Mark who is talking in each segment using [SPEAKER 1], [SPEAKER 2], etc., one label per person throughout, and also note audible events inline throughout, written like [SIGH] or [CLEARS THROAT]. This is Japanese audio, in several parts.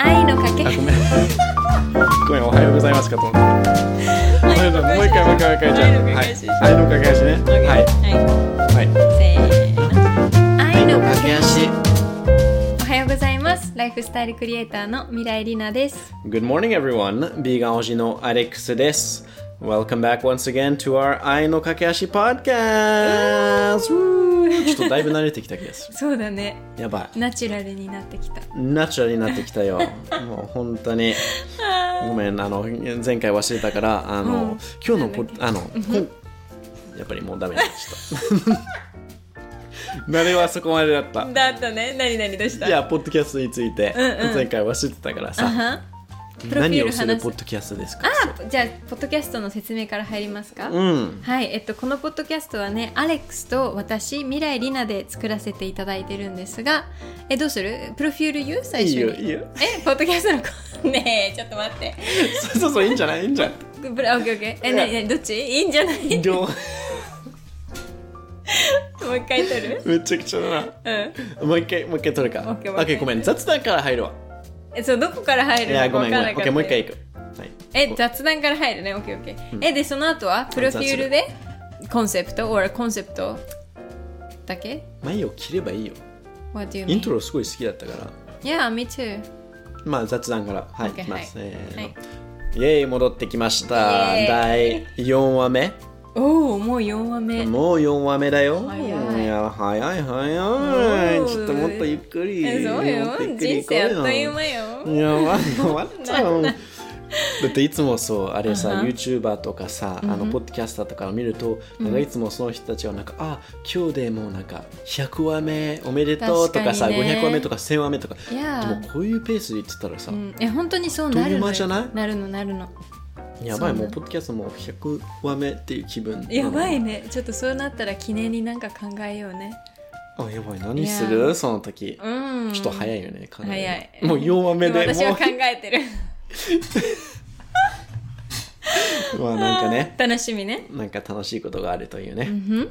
[SPEAKER 1] 愛のかけ
[SPEAKER 2] あごめんごめんおはようございますかと思った
[SPEAKER 1] も
[SPEAKER 2] ごめんなさいもう一回もう一回もう一回じゃあはい愛のかけ足ねはいはい
[SPEAKER 1] せーの愛のかけ
[SPEAKER 2] 足
[SPEAKER 1] おはようございますライフスタイルクリエイターの未来りなです
[SPEAKER 2] Good morning everyone ビーガンおじのアレックスです Welcome back once again to our 愛のかけ足 podcast ちょっとだいぶ慣れてきた気がする
[SPEAKER 1] そうだね
[SPEAKER 2] やばい
[SPEAKER 1] ナチュラルになってきた
[SPEAKER 2] ナチュラルになってき
[SPEAKER 1] [LAUGHS]
[SPEAKER 2] たよ。もう本当に。ごめん、あの、前回忘れたから、あの、
[SPEAKER 1] うん
[SPEAKER 2] 今日のポ、あの、こやっぱりも
[SPEAKER 1] [LAUGHS]
[SPEAKER 2] うダメでした。慣れはそこまでだった。
[SPEAKER 1] だったね何何どうし
[SPEAKER 2] じゃあ、ポッドキャストについて、
[SPEAKER 1] うんうん
[SPEAKER 2] 前回忘れてたから
[SPEAKER 1] あ
[SPEAKER 2] さ、
[SPEAKER 1] はプロフィ
[SPEAKER 2] 何
[SPEAKER 1] ー
[SPEAKER 2] を
[SPEAKER 1] ル
[SPEAKER 2] する
[SPEAKER 1] 話
[SPEAKER 2] ポ
[SPEAKER 1] す
[SPEAKER 2] ッドキャストですか
[SPEAKER 1] あじゃあポッドキャストの説明から入りますか、
[SPEAKER 2] うん。
[SPEAKER 1] はい、えっと、このポッドキャストはねアレックスと私未来りなで作らせていただいてるんですがえどうするプロフィール言う最
[SPEAKER 2] いい
[SPEAKER 1] 初に
[SPEAKER 2] よ、いいよ。
[SPEAKER 1] えポッドキャストのこねえちょっと待って
[SPEAKER 2] そうそうそう、いいんじゃないいいんじゃな
[SPEAKER 1] ブラオッケーオッケーえなになにどっちいいんじゃない [LAUGHS]
[SPEAKER 2] い両
[SPEAKER 1] もう一回撮る
[SPEAKER 2] めちゃくちゃだな。
[SPEAKER 1] うん
[SPEAKER 2] もう一回、もう一回取るか。
[SPEAKER 1] オッケー
[SPEAKER 2] オ
[SPEAKER 1] オッケー
[SPEAKER 2] ッケー、ごめん、雑談から入るわ。
[SPEAKER 1] えそうどこから入る
[SPEAKER 2] い
[SPEAKER 1] の
[SPEAKER 2] や、ごめん、ご
[SPEAKER 1] わ
[SPEAKER 2] め
[SPEAKER 1] からな
[SPEAKER 2] ん。オ
[SPEAKER 1] か
[SPEAKER 2] ッ
[SPEAKER 1] っ
[SPEAKER 2] ケ
[SPEAKER 1] た
[SPEAKER 2] ー、もう一回行く。はい。
[SPEAKER 1] え雑談から入るねオッケーオッケー、えでその後はプロフィールでコンセプト or コンセプトだけ
[SPEAKER 2] 前を切ればいいよ。
[SPEAKER 1] What do you
[SPEAKER 2] イ
[SPEAKER 1] mean?
[SPEAKER 2] ントロすごい好きだったから、
[SPEAKER 1] Yeah, me too.
[SPEAKER 2] まあ雑談から、はい、
[SPEAKER 1] OK
[SPEAKER 2] いきます。
[SPEAKER 1] はい
[SPEAKER 2] せーの
[SPEAKER 1] はい
[SPEAKER 2] イェーイ、戻ってきました。
[SPEAKER 1] イエーイ
[SPEAKER 2] 第4話目。
[SPEAKER 1] おお、もう4話目。
[SPEAKER 2] もう4話目だよ。
[SPEAKER 1] 早い
[SPEAKER 2] や早い早
[SPEAKER 1] お
[SPEAKER 2] い。
[SPEAKER 1] ー
[SPEAKER 2] ちょっともっとゆっくり。
[SPEAKER 1] えそう
[SPEAKER 2] も
[SPEAKER 1] よ
[SPEAKER 2] っとゆっ。くり
[SPEAKER 1] 人生あっという
[SPEAKER 2] 行こ
[SPEAKER 1] 間よ。
[SPEAKER 2] うよ。いや、まあ、終わっちゃう。だ
[SPEAKER 1] [LAUGHS]
[SPEAKER 2] っていつもそう、あれさ、
[SPEAKER 1] うんうん
[SPEAKER 2] YouTuber とかさ、あの、ポッドキャスターとかを見ると、なんかいつもその人たちはなんか、あ、今日でもうなんか、100話目おめでとうとかさ、
[SPEAKER 1] 確かにね
[SPEAKER 2] 500話目とか1000話目とか、
[SPEAKER 1] いや
[SPEAKER 2] でも
[SPEAKER 1] ー、
[SPEAKER 2] こういうペースで言ってたらさ、
[SPEAKER 1] うん、え本当にそうなるのよ。
[SPEAKER 2] あっという間じゃない
[SPEAKER 1] なるのなるの。そ
[SPEAKER 2] やばい
[SPEAKER 1] うなの
[SPEAKER 2] もうポッドキャストもう100話目っていう気分
[SPEAKER 1] やばい
[SPEAKER 2] ね
[SPEAKER 1] ね。ちょっとそうなったら記念になんか考えようね。
[SPEAKER 2] あやばい何
[SPEAKER 1] い
[SPEAKER 2] す
[SPEAKER 1] や
[SPEAKER 2] るその時
[SPEAKER 1] うん。
[SPEAKER 2] ちょっと
[SPEAKER 1] い。
[SPEAKER 2] 早いよねかなり
[SPEAKER 1] 早い。
[SPEAKER 2] もう4話目で
[SPEAKER 1] も私は
[SPEAKER 2] も
[SPEAKER 1] 考えてる。
[SPEAKER 2] う [LAUGHS] まあなんかね
[SPEAKER 1] 楽しみね。
[SPEAKER 2] なんか楽しいことがあるという
[SPEAKER 1] う
[SPEAKER 2] ね、
[SPEAKER 1] ん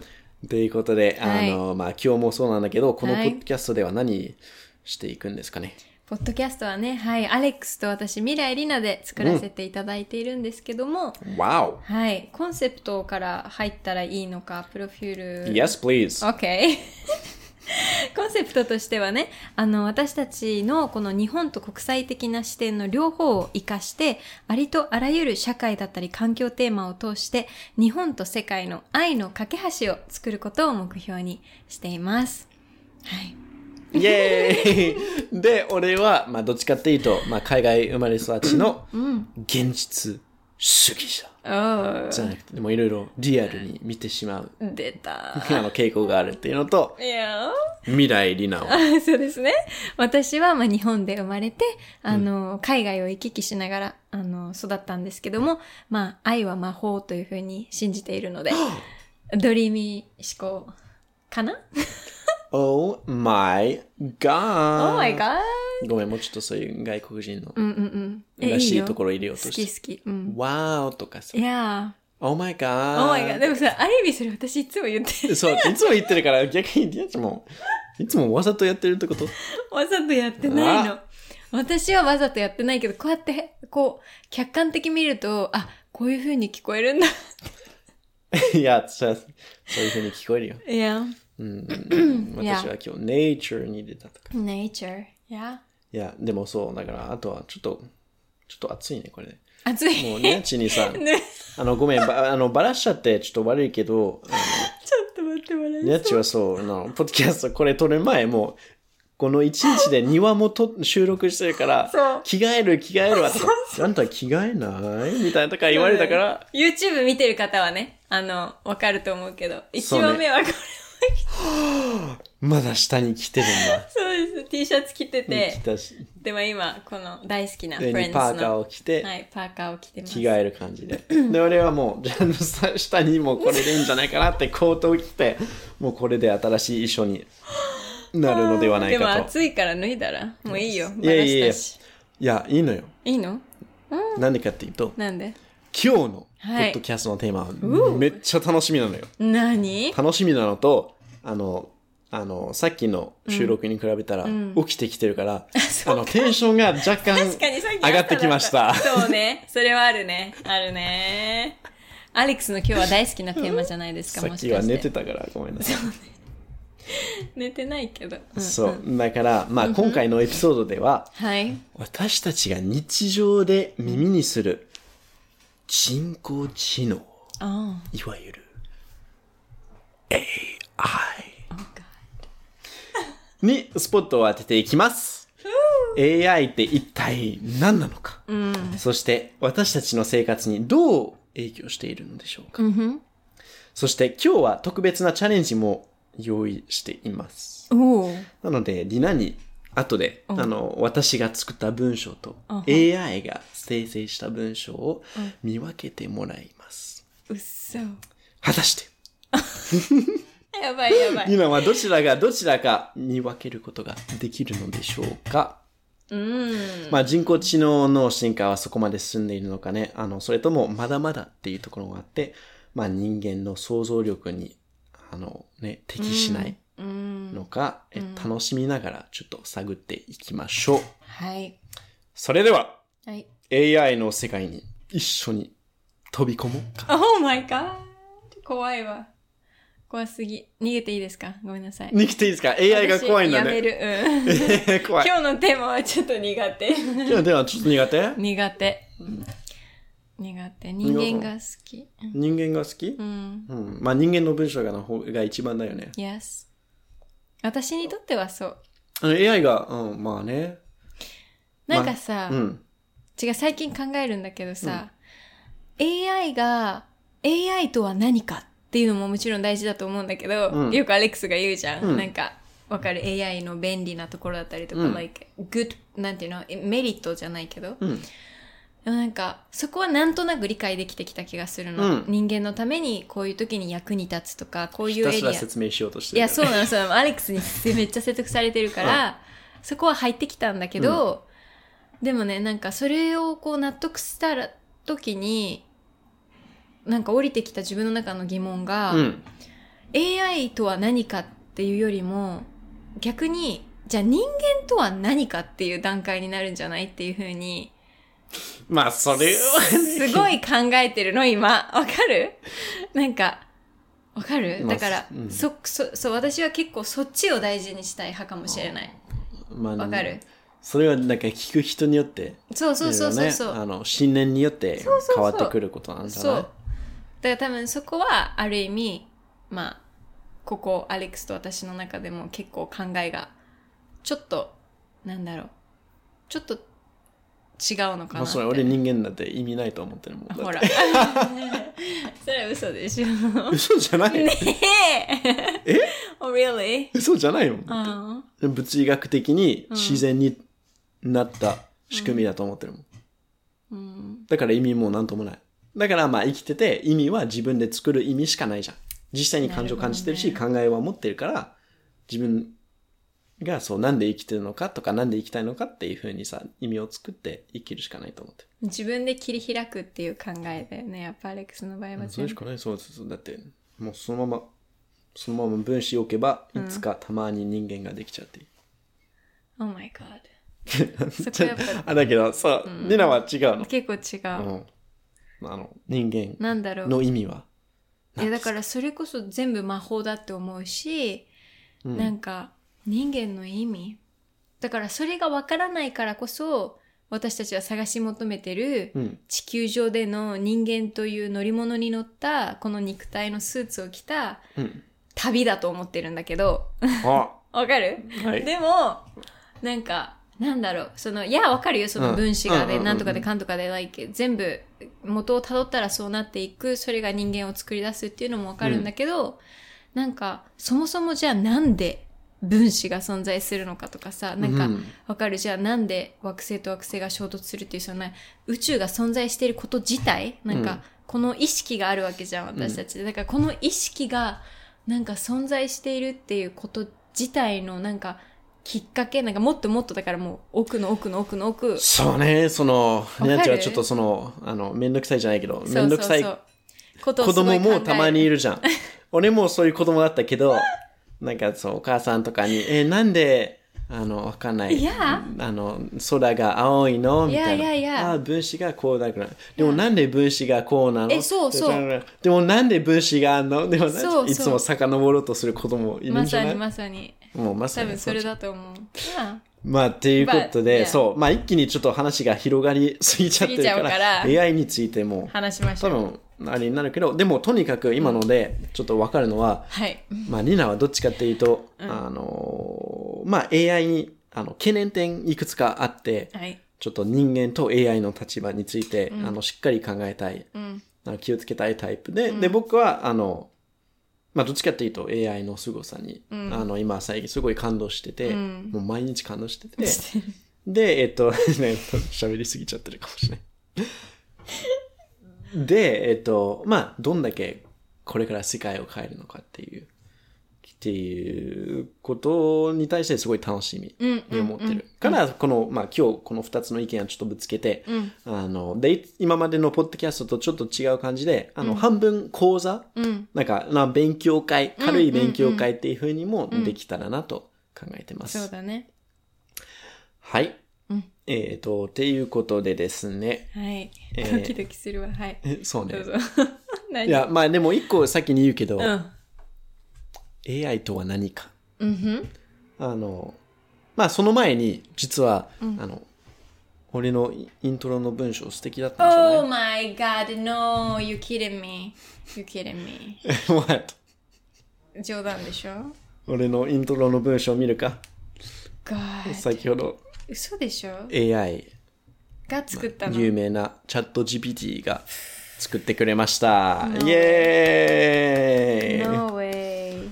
[SPEAKER 2] ということであ
[SPEAKER 1] はい
[SPEAKER 2] の、まあ今日もそうなんだけどこのポ
[SPEAKER 1] はい
[SPEAKER 2] ッドキャストでは何していくんですかね、
[SPEAKER 1] ポッドキャストはね、はい、アレックスと私、未来りなで作らせていただいているんですけども、
[SPEAKER 2] Wow
[SPEAKER 1] はい、コンセプトから入ったらいいのか、プロフィール。[LAUGHS]
[SPEAKER 2] Yes please
[SPEAKER 1] OK コンセプトとしてはねあの私たちのこの日本と国際的な視点の両方を生かしてありとあらゆる社会だったり環境テーマを通して日本と世界の愛の架け橋を作ることを目標にしています。はい、
[SPEAKER 2] イエーイで俺は、まあ、どっちかっていうと、まあ、海外生まれ育ちの現実主義者
[SPEAKER 1] [LAUGHS] おー
[SPEAKER 2] じゃなくてでもいろいろリアルに見てしまう
[SPEAKER 1] 出た。
[SPEAKER 2] あの傾向があるっていうのと
[SPEAKER 1] いやー
[SPEAKER 2] 未来リ
[SPEAKER 1] [LAUGHS]
[SPEAKER 2] ナを
[SPEAKER 1] あそうですね。私は、まあ、日本で生まれて、あの、海外を行き来しながら、あの、育ったんですけども、まあ、愛は魔法というふうに信じているので、ドリーミー思考かな
[SPEAKER 2] Oh my
[SPEAKER 1] ?Oh my god!
[SPEAKER 2] god! ごめん、もうちょっとそういう外国人の
[SPEAKER 1] うんうんうん。え
[SPEAKER 2] らしい
[SPEAKER 1] よ
[SPEAKER 2] ところ入れようと
[SPEAKER 1] 好
[SPEAKER 2] し
[SPEAKER 1] き
[SPEAKER 2] て。
[SPEAKER 1] 好き。うん。
[SPEAKER 2] わーとかさ
[SPEAKER 1] い。や
[SPEAKER 2] Oh my
[SPEAKER 1] ー。Oh my god!
[SPEAKER 2] god!
[SPEAKER 1] でもさ、ある意味それ私いつも言ってる。 [LAUGHS]
[SPEAKER 2] そう、いつも言ってるから逆にやつも、いつもわざとやってるってこと [LAUGHS]
[SPEAKER 1] わざとやってないの
[SPEAKER 2] あ。
[SPEAKER 1] 私はわざとやってないけど、こうやって、こう、客観的に見ると、あ、こういう風に聞こえるんだ。
[SPEAKER 2] いや、そうそういうふうに聞こえるよ。
[SPEAKER 1] いや、
[SPEAKER 2] うん、
[SPEAKER 1] いや
[SPEAKER 2] 私は今日、nature に出たとか。
[SPEAKER 1] nature. いや。
[SPEAKER 2] いや、でもそう、だから、あとはちょっと、ちょっと暑いね、これね。
[SPEAKER 1] 暑い。
[SPEAKER 2] もうね、ちに
[SPEAKER 1] [LAUGHS]
[SPEAKER 2] さん。
[SPEAKER 1] ね、
[SPEAKER 2] あの、ごめん、ばあのばらしちゃってちょっと悪いけど、あの
[SPEAKER 1] ちょっと待ってもらえ
[SPEAKER 2] ニャ
[SPEAKER 1] ま
[SPEAKER 2] ッチはそう、あの、ポッドキャストこれ撮る前、もう、この一日で庭もと収録してるから
[SPEAKER 1] そう、
[SPEAKER 2] 着替える着替えるわとか、あんた着替えないみたいなとか言われたから、
[SPEAKER 1] YouTube 見てる方はね、あの、わかると思うけど、一
[SPEAKER 2] そうね
[SPEAKER 1] 話目はこれ、
[SPEAKER 2] まだ下に着てるんだ。
[SPEAKER 1] そうです。T シャツ着て
[SPEAKER 2] 着
[SPEAKER 1] て、
[SPEAKER 2] たし、
[SPEAKER 1] でも今、この大好きな Friends
[SPEAKER 2] 上
[SPEAKER 1] の
[SPEAKER 2] にパーカーを着て、
[SPEAKER 1] はい、パーカーを着てます。
[SPEAKER 2] 着替える感じで。で、俺はもう、じゃあ下下にもうこれでいいんじゃないかなってコートを着て、もうこれで新しい衣装になるのではない
[SPEAKER 1] で
[SPEAKER 2] か
[SPEAKER 1] も
[SPEAKER 2] と。
[SPEAKER 1] 暑いから脱いだら、もういいよ。
[SPEAKER 2] いやいやいや
[SPEAKER 1] バラしたし
[SPEAKER 2] いや、いいのよ。
[SPEAKER 1] いいの
[SPEAKER 2] なんでかっていうと、
[SPEAKER 1] なんで
[SPEAKER 2] 今日のポ
[SPEAKER 1] はい
[SPEAKER 2] ッドキャストのテーマは、めっちゃ楽しみなのよ。
[SPEAKER 1] 何
[SPEAKER 2] 楽しみなのとあのあの、さっきの収録に比べたら、
[SPEAKER 1] ん
[SPEAKER 2] 起きてきてるから、
[SPEAKER 1] [LAUGHS] そう
[SPEAKER 2] あの、テンションが若干
[SPEAKER 1] 確かにさっき朝だ
[SPEAKER 2] 上がってきました。
[SPEAKER 1] そうね。それはあるね。あるね。アレックスの今日は大好きなテーマじゃないですか、
[SPEAKER 2] [LAUGHS] さ
[SPEAKER 1] も
[SPEAKER 2] っ
[SPEAKER 1] し
[SPEAKER 2] き
[SPEAKER 1] か
[SPEAKER 2] は
[SPEAKER 1] して。
[SPEAKER 2] 寝てたから、ごめん
[SPEAKER 1] [LAUGHS]
[SPEAKER 2] なさい。
[SPEAKER 1] 寝てないけど。うん
[SPEAKER 2] そう。だから、まあ、今回のエピソードでは、
[SPEAKER 1] はい。
[SPEAKER 2] 私たちが日常で耳にする人工知能、
[SPEAKER 1] あ
[SPEAKER 2] いわゆる AI
[SPEAKER 1] あ。
[SPEAKER 2] にスポットを当てていきます。AI って一体何なのか、そして私たちの生活にどう影響しているのでしょうか、そして今日は特別なチャレンジも用意しています。
[SPEAKER 1] おお。
[SPEAKER 2] なので、リナに、後で、あの、私が作った文章と、
[SPEAKER 1] は
[SPEAKER 2] AI が生成した文章を見分けてもらいます。
[SPEAKER 1] うっそ。
[SPEAKER 2] 果たして、
[SPEAKER 1] やばいやばい。
[SPEAKER 2] リナはどちらがどちらか見分けることができるのでしょうか
[SPEAKER 1] うん。
[SPEAKER 2] まあ人工知能の進化はそこまで進んでいるのかね。あの、それともまだまだっていうところがあって、まあ人間の想像力に、あのね、適しない
[SPEAKER 1] うん。
[SPEAKER 2] のか、え楽しみながらちょっと探っていきましょう。
[SPEAKER 1] はい。
[SPEAKER 2] それでは
[SPEAKER 1] はい。
[SPEAKER 2] AI の世界に一緒に飛び込
[SPEAKER 1] [LAUGHS]
[SPEAKER 2] もうか。
[SPEAKER 1] Oh my god! 怖いわ。怖すぎ。逃げていいですかごめんなさい。
[SPEAKER 2] に来ていいですか ?AI が怖いんだ
[SPEAKER 1] 私やめ
[SPEAKER 2] ね。
[SPEAKER 1] る。うん。
[SPEAKER 2] [LAUGHS] 怖い。
[SPEAKER 1] 今日のテーマはちょっと苦手。
[SPEAKER 2] 今日ではちょっと苦手
[SPEAKER 1] [LAUGHS] 苦手。苦手。人間が好き。
[SPEAKER 2] 人間が好き
[SPEAKER 1] うん。
[SPEAKER 2] うん。まあ人間の文章がの方が一番だよね。
[SPEAKER 1] Yes。私にとってはそう。
[SPEAKER 2] あの AI が、うん、まあね。
[SPEAKER 1] なんかさ、
[SPEAKER 2] うん。
[SPEAKER 1] 違う、最近考えるんだけどさ、AI が、AI とは何かっていうのももちろん大事だと思うんだけど、
[SPEAKER 2] うん
[SPEAKER 1] よくアレックスが言うじゃん。
[SPEAKER 2] うん
[SPEAKER 1] なんか、わかる AI の便利なところだったりとか、
[SPEAKER 2] うん
[SPEAKER 1] like, good, なんていうの、メリットじゃないけど、
[SPEAKER 2] うん。
[SPEAKER 1] でもなんかそこはなんとなく理解できてきた気がするの、
[SPEAKER 2] うん
[SPEAKER 1] 人間のためにこういう時に役に立つとかこうい
[SPEAKER 2] ひ
[SPEAKER 1] う
[SPEAKER 2] た
[SPEAKER 1] エ
[SPEAKER 2] す
[SPEAKER 1] リア
[SPEAKER 2] ら
[SPEAKER 1] い
[SPEAKER 2] 説明しようとしてるよ
[SPEAKER 1] や
[SPEAKER 2] ね。
[SPEAKER 1] そうなのそうなのアレックスにめっちゃ説得されてるからそこは入ってきたんだけど、でもねなんかそれをこう納得したら時になんか降りてきた自分の中の疑問が、
[SPEAKER 2] うん。
[SPEAKER 1] AI とは何かっていうよりも逆にじゃあ人間とは何かっていう段階になるんじゃないっていうふうに
[SPEAKER 2] まあそれは
[SPEAKER 1] [LAUGHS]
[SPEAKER 2] ね。
[SPEAKER 1] すごい考えてるの、今。わかるなんか、わかる
[SPEAKER 2] まあ
[SPEAKER 1] だから、
[SPEAKER 2] うん
[SPEAKER 1] そ、そ、そう、私は結構そっちを大事にしたい派かもしれない。
[SPEAKER 2] まあね
[SPEAKER 1] わかる
[SPEAKER 2] それはなんか聞く人によって、
[SPEAKER 1] そうそうそうそう
[SPEAKER 2] い
[SPEAKER 1] そ
[SPEAKER 2] ろいろね
[SPEAKER 1] う。
[SPEAKER 2] あの、信念によって
[SPEAKER 1] そうそうそう
[SPEAKER 2] 変わってくることなんじゃ
[SPEAKER 1] そう。
[SPEAKER 2] な
[SPEAKER 1] だ
[SPEAKER 2] い
[SPEAKER 1] から多分そこは、ある意味、まあ、ここ、アレックスと私の中でも結構考えが、ちょっと、なんだろう。ちょっと、違うのか
[SPEAKER 2] ま
[SPEAKER 1] な
[SPEAKER 2] あ
[SPEAKER 1] って。
[SPEAKER 2] それ俺人間だって意味ないと思ってるもん。だって
[SPEAKER 1] ほら。 [LAUGHS] それは嘘でしょ。 [LAUGHS]
[SPEAKER 2] 嘘じゃない、
[SPEAKER 1] ねええ ?Really?
[SPEAKER 2] 嘘じゃないよ。
[SPEAKER 1] ああ。
[SPEAKER 2] 物理学的に自然になった仕組みだと思ってるもん。
[SPEAKER 1] うん。
[SPEAKER 2] だから意味もなんともない。だからまあ生きてて意味は自分で作る意味しかないじゃん。実際に感情感じてるし
[SPEAKER 1] な
[SPEAKER 2] 考えは持ってるから自分がそうなんで生きてるのかとかなんで生きたいのかっていうふうにさ意味を作って生きるしかないと思ってる。
[SPEAKER 1] 自分で切り開くっていう考えだよね。やっぱアレックスの場合は
[SPEAKER 2] そ
[SPEAKER 1] 全部
[SPEAKER 2] れし。かないそうそうそうだってもうそのままそのまま分子置けばいつかたまに人間ができちゃっていい。
[SPEAKER 1] Oh my god.
[SPEAKER 2] [LAUGHS]
[SPEAKER 1] そこやっ
[SPEAKER 2] あだけどさ、リナは違う
[SPEAKER 1] ぱ
[SPEAKER 2] の。
[SPEAKER 1] 結構違
[SPEAKER 2] う
[SPEAKER 1] う。
[SPEAKER 2] ん。あの人間
[SPEAKER 1] なんだろう。
[SPEAKER 2] の意味は。
[SPEAKER 1] いやだからそれこそ全部魔法だって思うし、なんか人間の意味。だからそれがわからないからこそ、私たちは探し求めてる
[SPEAKER 2] うん。
[SPEAKER 1] 地球上での人間という乗り物に乗ったこの肉体のスーツを着た
[SPEAKER 2] うん。
[SPEAKER 1] 旅だと思ってるんだけど、
[SPEAKER 2] あ
[SPEAKER 1] わかる
[SPEAKER 2] はい。
[SPEAKER 1] でもなんかなんだろうそのいやわかるよその分子が
[SPEAKER 2] うんうんうん
[SPEAKER 1] で
[SPEAKER 2] うん
[SPEAKER 1] なんとかでかんとかで like 全部元をたどったらそうなっていくそれが人間を作り出すっていうのもわかるんだけど、なんかそもそもじゃあなんで分子が存在するのかとかさなんか、
[SPEAKER 2] うん
[SPEAKER 1] わかるじゃあなんで惑星と惑星が衝突するっていうそのな宇宙が存在していること自体なん
[SPEAKER 2] うん
[SPEAKER 1] かこの意識があるわけじゃん私たち、だからこの意識がなんか存在しているっていうこと自体のなんかきっかけなんかもっともっとだからもう奥の奥の奥の奥
[SPEAKER 2] そうね、その、
[SPEAKER 1] か
[SPEAKER 2] り
[SPEAKER 1] る
[SPEAKER 2] なちゃんはちょっとその、あの、めんどくさいじゃないけど、
[SPEAKER 1] そう
[SPEAKER 2] めんどくさい
[SPEAKER 1] そうそうことを
[SPEAKER 2] 子
[SPEAKER 1] すごい
[SPEAKER 2] 供
[SPEAKER 1] 考える
[SPEAKER 2] [LAUGHS] もたまにいるじゃん。俺もそういう子供だったけど、なんかそう、お母さんとかに、え、なんで、あの、わかんない。
[SPEAKER 1] Yeah.
[SPEAKER 2] あの、空が青いのみたいな。
[SPEAKER 1] Yeah, yeah, yeah.
[SPEAKER 2] あ、分子がこうだから。でもなんで分子がこうなの
[SPEAKER 1] えそうそう
[SPEAKER 2] でもなんで分子があんのでもなんで
[SPEAKER 1] そうそう
[SPEAKER 2] いつも遡ろうとする子供いるん
[SPEAKER 1] ま
[SPEAKER 2] じゃ
[SPEAKER 1] さ
[SPEAKER 2] ない
[SPEAKER 1] にまさに。
[SPEAKER 2] もうまさ
[SPEAKER 1] 多
[SPEAKER 2] に
[SPEAKER 1] 分
[SPEAKER 2] そ
[SPEAKER 1] そうれだと思う。Yeah.
[SPEAKER 2] まあ、っていうことで、
[SPEAKER 1] But, yeah.
[SPEAKER 2] そう。まあ、一気にちょっと話が広がりすぎちゃって
[SPEAKER 1] [LAUGHS]
[SPEAKER 2] るから、
[SPEAKER 1] 過ぎちゃうから
[SPEAKER 2] AI についても、
[SPEAKER 1] 話しまし
[SPEAKER 2] 多
[SPEAKER 1] ょう。
[SPEAKER 2] 分、あれになるけど、でも、とにかく今ので、ちょっとわかるのは、
[SPEAKER 1] はい。
[SPEAKER 2] まあ、リナはどっちかっていうと、あのー、まあ、AI に、あの、懸念点いくつかあって、
[SPEAKER 1] はい。
[SPEAKER 2] ちょっと人間と AI の立場について、あの、しっかり考えたい、
[SPEAKER 1] うん。
[SPEAKER 2] あの気をつけたいタイプで、で、僕は、あの、まあ、どっちかっていうと AI の凄さに、
[SPEAKER 1] うん
[SPEAKER 2] あの、今最近すごい感動してて、
[SPEAKER 1] うん
[SPEAKER 2] もう毎日感動してて、
[SPEAKER 1] してる
[SPEAKER 2] で、えっと、 [LAUGHS] ね喋りすぎちゃってるかもしれない。で、えっと、まあ、どんだけこれから世界を変えるのかっていう、っていうことに対してすごい楽しみ
[SPEAKER 1] うん。
[SPEAKER 2] に思ってる。から、この、まあ、今日この2つの意見をちょっとぶつけて、
[SPEAKER 1] うん。
[SPEAKER 2] あの、で、い今までのポッドキャストとちょっと違う感じで、あの、半分講座、
[SPEAKER 1] うん。
[SPEAKER 2] なんか、まあ、勉強会、軽い勉強会っていう風にもできたらなと考えてます。
[SPEAKER 1] そうだね。
[SPEAKER 2] はい。
[SPEAKER 1] うん
[SPEAKER 2] えっ、と、っていうことでですね。
[SPEAKER 1] はい。
[SPEAKER 2] えー
[SPEAKER 1] ドキドキするわ。はい。
[SPEAKER 2] えそう
[SPEAKER 1] ど
[SPEAKER 2] ね
[SPEAKER 1] う。ぞ。 [LAUGHS] 何
[SPEAKER 2] いや、まあでも一個先に言うけど、
[SPEAKER 1] うん。
[SPEAKER 2] AI とは何か。
[SPEAKER 1] うんふん。
[SPEAKER 2] あの、まあその前に、実は、あの、俺のイイントロの文章素敵だったんじゃ
[SPEAKER 1] Oh
[SPEAKER 2] な
[SPEAKER 1] my
[SPEAKER 2] い
[SPEAKER 1] god, no, you kidding me. You kidding me.
[SPEAKER 2] [LAUGHS] お前
[SPEAKER 1] 冗談でしょ
[SPEAKER 2] 俺のイントロの文章見るか
[SPEAKER 1] ?God,
[SPEAKER 2] 先ほど
[SPEAKER 1] 嘘でしょ
[SPEAKER 2] AI、
[SPEAKER 1] が作ったの。
[SPEAKER 2] 有名なチャット GPT が作ってくれました。イエーイ
[SPEAKER 1] No way.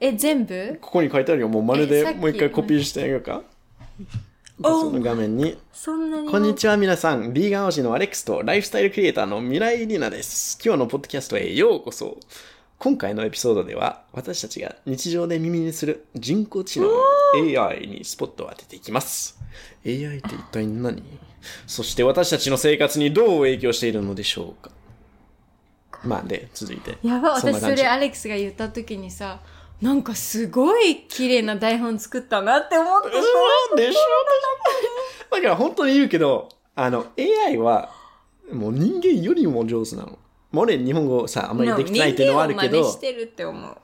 [SPEAKER 1] え、全部
[SPEAKER 2] ここに書いてあるよ。もうまる
[SPEAKER 1] えさ
[SPEAKER 2] で
[SPEAKER 1] っき
[SPEAKER 2] もう一回コピーしてあげようか。その画面に。
[SPEAKER 1] そんなに
[SPEAKER 2] こんにちは皆さん、ビーガン王子のアレックスとライフスタイルクリエイターのミライリナです。今日のポッドキャストへようこそ。今回のエピソードでは、私たちが日常で耳にする人工知能 AI にスポットを当てていきます。AI って一体何そして私たちの生活にどう影響しているのでしょうかまあで、続いて。
[SPEAKER 1] やばい、
[SPEAKER 2] そん
[SPEAKER 1] 私
[SPEAKER 2] な
[SPEAKER 1] そ
[SPEAKER 2] 感じ
[SPEAKER 1] れアレックスが言った時にさ、なんかすごい綺麗な台本作ったなって思って
[SPEAKER 2] でしょでしょでしょだから本当に言うけど、あの、AI は、もう人間よりも上手なの。もう俺、日本語さ、あんまりできてないっていうのはあるけ
[SPEAKER 1] 人間を真似
[SPEAKER 2] ど
[SPEAKER 1] し、てるって思う。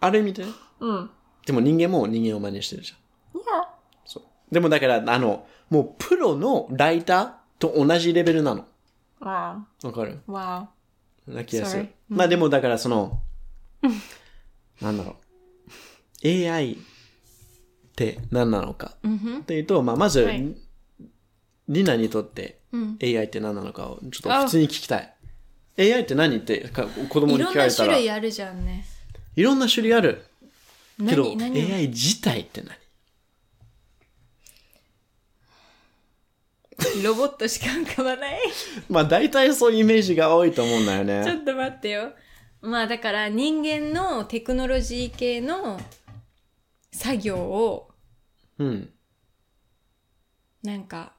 [SPEAKER 2] あれ見てね。
[SPEAKER 1] うん。
[SPEAKER 2] でも人間も人間を真似してるじゃん。
[SPEAKER 1] いや、
[SPEAKER 2] そう。でもだから、あの、もうプロのライターと同じレベルなの。
[SPEAKER 1] わ
[SPEAKER 2] わかる
[SPEAKER 1] お。わ
[SPEAKER 2] な気がす
[SPEAKER 1] Sorry
[SPEAKER 2] る。まあでもだからその、なんだろう。AI って何なのか。
[SPEAKER 1] お。うんふん。
[SPEAKER 2] っていうと、まあ、まず、
[SPEAKER 1] はい
[SPEAKER 2] リナにとって
[SPEAKER 1] うん
[SPEAKER 2] AI って何なのかをちょっと普通に聞きたい。AI って何ってか子
[SPEAKER 1] い
[SPEAKER 2] 供に
[SPEAKER 1] ろん
[SPEAKER 2] 聞か
[SPEAKER 1] な
[SPEAKER 2] れた
[SPEAKER 1] 種
[SPEAKER 2] ら。
[SPEAKER 1] 類あるじゃんね。
[SPEAKER 2] いろんな種類ある。けど、
[SPEAKER 1] 何 [LAUGHS] 何を
[SPEAKER 2] AI 自体って何
[SPEAKER 1] ロボットしか浮かばない。
[SPEAKER 2] まあ大体そういうイメージが多いと思うんだよ
[SPEAKER 1] ちょ
[SPEAKER 2] ね。
[SPEAKER 1] っと待ってよ。まあだから人間のテクノロジー系の作業を
[SPEAKER 2] うん。
[SPEAKER 1] なんか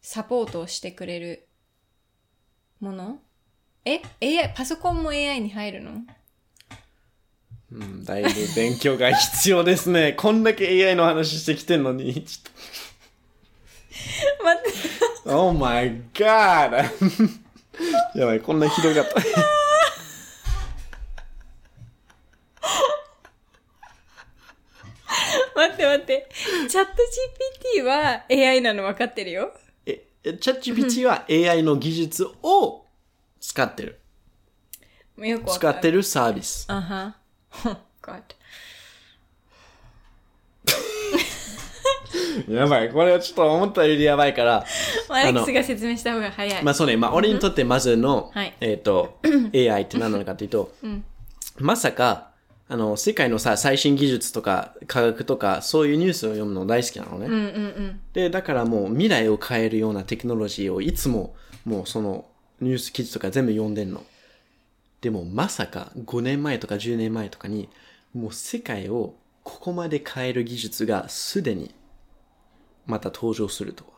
[SPEAKER 1] サポートをしてくれるものえ ?AI、パソコンも AI に入 [LAUGHS] るの
[SPEAKER 2] うん、だいぶ勉強が必要ですね。 [LAUGHS] こんだけ AI の話してきてんのに。ち
[SPEAKER 1] 待って。
[SPEAKER 2] ょっと oh my god! [LAUGHS] やばい、こんなひどかった。
[SPEAKER 1] 待って待って。チャット GPT は AI なの分かってるよ。
[SPEAKER 2] え、チャッチビチは AI の技術を使ってる。
[SPEAKER 1] よくわ
[SPEAKER 2] 使
[SPEAKER 1] か
[SPEAKER 2] って
[SPEAKER 1] る。
[SPEAKER 2] るサービス。
[SPEAKER 1] あは。Oh, [LAUGHS] God.
[SPEAKER 2] やばい、これはちょっと思ったよりやばいから。
[SPEAKER 1] アレックスが説明した方が早い。
[SPEAKER 2] まあそうね、まあ俺にとってまずの、
[SPEAKER 1] はい
[SPEAKER 2] えっ、と、AI って何なのかっていうと、まさか、あの、世界のさ、最新技術とか科学とか、そういうニュースを読むの大好きなのね。
[SPEAKER 1] うんうんうん。
[SPEAKER 2] で、だからもう未来を変えるようなテクノロジーをいつも、もうその、ニュース記事とか全部読んでんの。でもまさか5年前とか10年前とかに、もう世界をここまで変える技術がすでにまた登場するとは。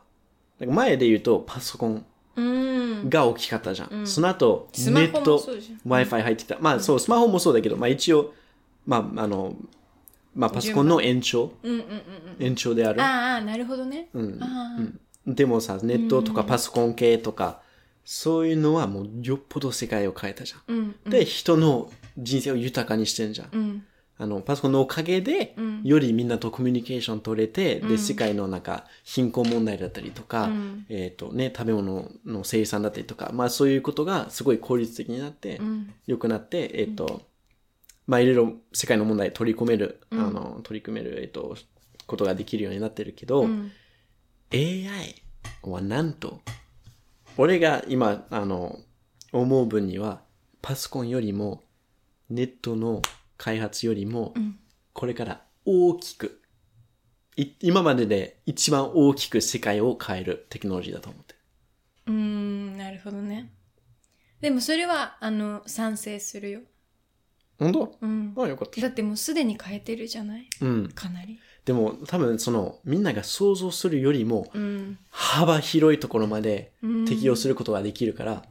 [SPEAKER 2] だから前で言うとパソコン
[SPEAKER 1] うん。
[SPEAKER 2] が大きかったじゃん。
[SPEAKER 1] うん
[SPEAKER 2] その後、
[SPEAKER 1] スマ
[SPEAKER 2] ネ
[SPEAKER 1] ホ
[SPEAKER 2] ッ
[SPEAKER 1] も
[SPEAKER 2] ト
[SPEAKER 1] そうじゃん、
[SPEAKER 2] Wi-Fi 入ってきた。まあそう、スマホもそうだけど、まあ一応、まああの、まあパソコンの延長、
[SPEAKER 1] うんうんうん
[SPEAKER 2] 延長であ
[SPEAKER 1] うん。
[SPEAKER 2] る。
[SPEAKER 1] ああ、なるほどね。
[SPEAKER 2] うん
[SPEAKER 1] ああ、
[SPEAKER 2] うんでもさ、ネットとかパソコン系とか、そういうのはもうよっぽど世界を変えたじゃ
[SPEAKER 1] う
[SPEAKER 2] ん。
[SPEAKER 1] ん、うん。
[SPEAKER 2] で、、人の人生を豊かにしてんじゃん。
[SPEAKER 1] うん。
[SPEAKER 2] あの、パソコンのおかげで、
[SPEAKER 1] うん
[SPEAKER 2] よりみんなとコミュニケーション取れて、
[SPEAKER 1] う
[SPEAKER 2] で、
[SPEAKER 1] ん
[SPEAKER 2] 世界の中、貧困問題だったりとか、
[SPEAKER 1] うん
[SPEAKER 2] えっ、とね、食べ物の生産だったりとか、まあそういうことがすごい効率的になって、
[SPEAKER 1] うん。
[SPEAKER 2] 良くなって、えっ、と、まあいろいろ世界の問題取り込める、
[SPEAKER 1] うん
[SPEAKER 2] あの、取り組める、えっ、と、ことができるようになってるけど、
[SPEAKER 1] うん
[SPEAKER 2] AI はなんと、俺が今、あの、思う分には、パソコンよりも、ネットの開発よりも、
[SPEAKER 1] うん
[SPEAKER 2] これから大きく、い今までで一番大きく世界を変えるテクノロジーだと思って。
[SPEAKER 1] うーん、なるほどね。でもそれは、あの、賛成するよ。
[SPEAKER 2] 本当
[SPEAKER 1] うん。
[SPEAKER 2] あ、よかっ
[SPEAKER 1] だ。ってもうすでに変えてるじゃない
[SPEAKER 2] うん。
[SPEAKER 1] かなり。
[SPEAKER 2] でも、多分その、みんなが想像するよりも、
[SPEAKER 1] うん。
[SPEAKER 2] 幅広いところまで
[SPEAKER 1] うん
[SPEAKER 2] 適用することができるから、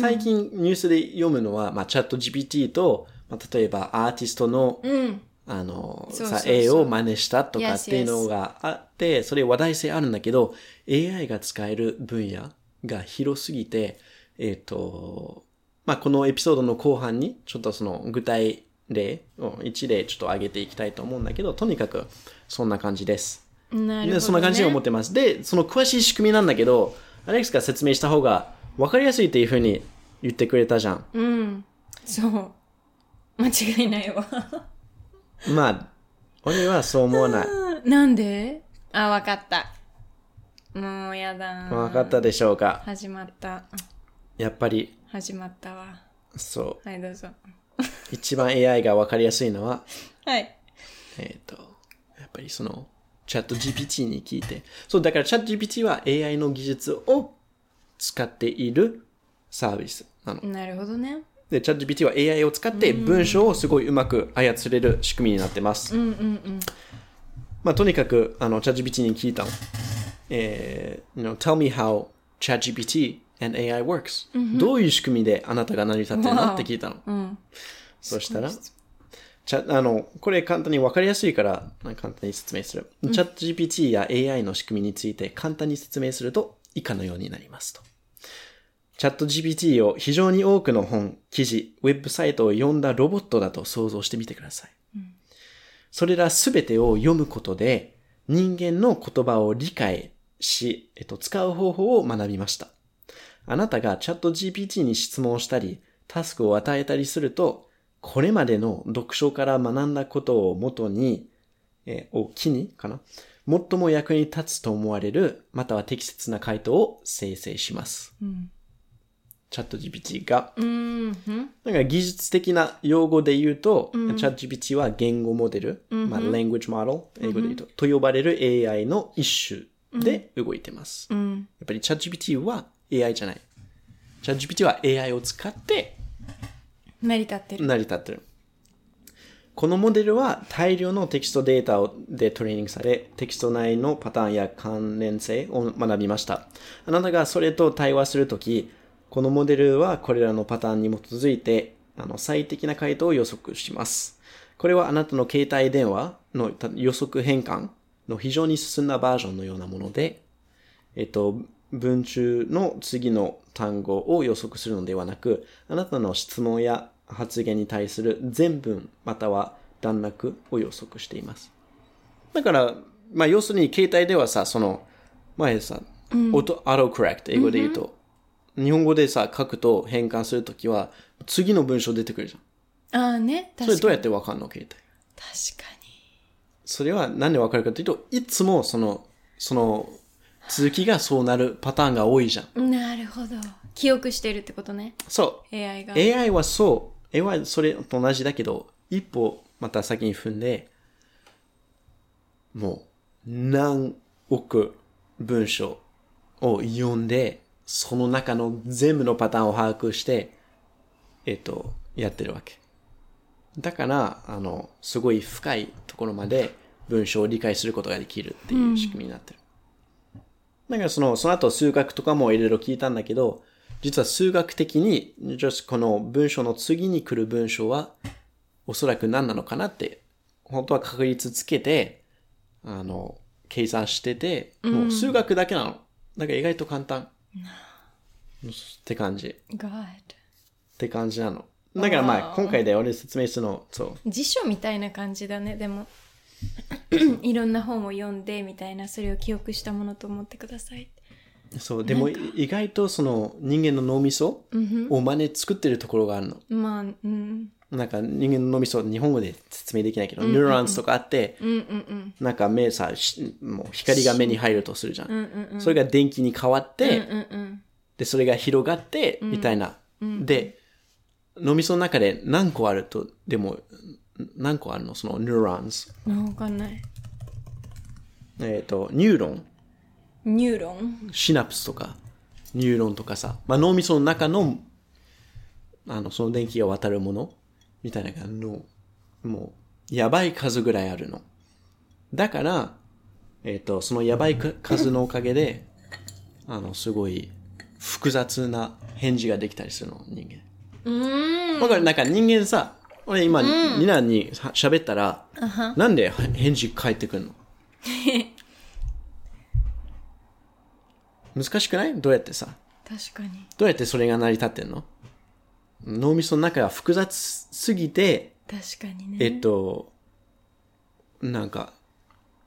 [SPEAKER 2] 最近ニュースで読むのは、まあ、チャット GPT と、まあ、例えばアーティストの
[SPEAKER 1] うん。
[SPEAKER 2] あの
[SPEAKER 1] そう
[SPEAKER 2] さ
[SPEAKER 1] そうそう
[SPEAKER 2] 絵を真似したとか
[SPEAKER 1] Yes,
[SPEAKER 2] っていうのがあってそれ話題性あるんだけど AI が使える分野が広すぎてえっ、とまあこのエピソードの後半にちょっとその具体例を一例ちょっと挙げていきたいと思うんだけどとにかくそんな感じです
[SPEAKER 1] なるほど、ね。。
[SPEAKER 2] でそんな感じで思っててますでその詳しい仕組みなんだけどアレックスが説明した方が分かりやすいっていうふうに言ってくれたじゃん
[SPEAKER 1] うん。そう。間違いないわ。 [LAUGHS]
[SPEAKER 2] まあ俺はそう思
[SPEAKER 1] [LAUGHS]
[SPEAKER 2] わない
[SPEAKER 1] なんであ、わかった。もうやだ。
[SPEAKER 2] 分かったでしょうか
[SPEAKER 1] 始まった。
[SPEAKER 2] やっぱり
[SPEAKER 1] 始まったわ。
[SPEAKER 2] そう
[SPEAKER 1] はい、どうぞ。
[SPEAKER 2] 一番 AI が分かりやすいのは、
[SPEAKER 1] はい。
[SPEAKER 2] えっ、と、やっぱりその、チャット GPT に聞いて。そう、だからチャット GPT は AI の技術を使っているサービスなの。
[SPEAKER 1] なるほどね。
[SPEAKER 2] で、チャット GPT は AI を使って文章をすごいうまく操れる仕組みになってます。
[SPEAKER 1] うんうんうん。
[SPEAKER 2] まあ、とにかく、あの、チャット GPT に聞いたの。えー、you know, tell me how ChatGPT and AI works、どういう仕組みであなたが成り立ってるのって聞いたの。
[SPEAKER 1] うん。
[SPEAKER 2] そしたら、ちゃあの、これ簡単に分かりやすいから、簡単に説明する。チャット GPT や AI の仕組みについて簡単に説明すると以下のようになりますと。チャット GPT を非常に多くの本、記事、ウェブサイトを読んだロボットだと想像してみてください。それらすべてを読むことで、人間の言葉を理解し、えっと、使う方法を学びました。あなたがチャット GPT に質問したり、タスクを与えたりすると、これまでの読書から学んだことをもとに、えーを機にかな最も役に立つと思われる、または適切な回答を生成します。
[SPEAKER 1] うん。
[SPEAKER 2] チャット GPT が。
[SPEAKER 1] うん。うん。
[SPEAKER 2] なんか技術的な用語で言うと、
[SPEAKER 1] うん
[SPEAKER 2] チャット GPT は言語モデル、
[SPEAKER 1] うん
[SPEAKER 2] まあ、language model、英語で言うと、と呼ばれる AI の一種で動いてます。
[SPEAKER 1] うん。
[SPEAKER 2] やっぱりチャット GPT は AI じゃない。チャット GPT は AI を使って
[SPEAKER 1] 成り立ってる。
[SPEAKER 2] 成り立ってる。このモデルは大量のテキストデータをでトレーニングされ、テキスト内のパターンや関連性を学びました。あなたがそれと対話するとき、このモデルはこれらのパターンに基づいて、あの、最適な回答を予測します。これはあなたの携帯電話のた予測変換の非常に進んだバージョンのようなもので、えっと、文中の次の単語を予測するのではなく、あなたの質問や発言に対する全文または段落を予測しています。だから、まあ、要するに携帯ではさ、その、前さ、auto- autocorrect、英語で言うと、日本語でさ、書くと変換するときは、次の文章出てくるじゃん。
[SPEAKER 1] ああね。
[SPEAKER 2] それ
[SPEAKER 1] 確
[SPEAKER 2] どう
[SPEAKER 1] かに。
[SPEAKER 2] やってわかんの携帯。
[SPEAKER 1] 確かに。
[SPEAKER 2] それはなんでわかるかというと、いつもその、その、続きがそうなるパターンが多いじゃん。
[SPEAKER 1] なるほど。記憶してるってことね。
[SPEAKER 2] そう。
[SPEAKER 1] AI が。
[SPEAKER 2] AI はそう。AI はそれと同じだけど、一歩また先に踏んで、もう何億文章を読んで、その中の全部のパターンを把握して、えっと、やってるわけ。だから、あの、すごい深いところまで文章を理解することができるっていう仕組みになってる。だからその、その後数学とかもいろいろ聞いたんだけど、実は数学的に、じゃあこの文章の次に来る文章は、おそらく何なのかなって、本当は確率つけて、あの、計算してて、もう数学だけなの。だから意外と簡単。って感じ。
[SPEAKER 1] God.
[SPEAKER 2] って感じなの。だからま
[SPEAKER 1] あ
[SPEAKER 2] あ、
[SPEAKER 1] ー
[SPEAKER 2] 今回で俺説明するの、そう。
[SPEAKER 1] 辞書みたいな感じだね、で
[SPEAKER 2] [CLEARS THROAT]
[SPEAKER 1] も。いろんな本を読んでみたいな、それを記憶したものと思ってください。
[SPEAKER 2] そう、でも意外とその人間の脳みそを真似作ってるところがあるの。
[SPEAKER 1] まあ、うん。
[SPEAKER 2] なんか人間の脳みそ、日本語で説明できないけど、ニューロンスとかあって、
[SPEAKER 1] うんうん
[SPEAKER 2] なんか目さ、しもう光が目に入るとするじゃ
[SPEAKER 1] うん。うん
[SPEAKER 2] ん。
[SPEAKER 1] うんうん。
[SPEAKER 2] それが電気に変わって、
[SPEAKER 1] うんうんうん。
[SPEAKER 2] で、それが広がって、みたいな。で、脳みその中で何個あると、でも、何個あるのそのニューロンス。
[SPEAKER 1] あわかんない。
[SPEAKER 2] えっ、と、ニューロン。
[SPEAKER 1] ニューロン
[SPEAKER 2] シナプスとかニューロンとかさ、まあ、脳みその中のあのその電気が渡るものみたいなのがのもうやばい数ぐらいあるのだから、えっとそのやばいか数のおかげであのすごい複雑な返事ができたりするの人間
[SPEAKER 1] うーん。
[SPEAKER 2] だからなんか人間さ俺今、ニナには喋ったら、なんで返事返ってくるの難しくないどうやってさ
[SPEAKER 1] 確かに。
[SPEAKER 2] どうやってそれが成り立ってんの脳みその中が複雑すぎて、
[SPEAKER 1] 確かにね。
[SPEAKER 2] えっと、なんか、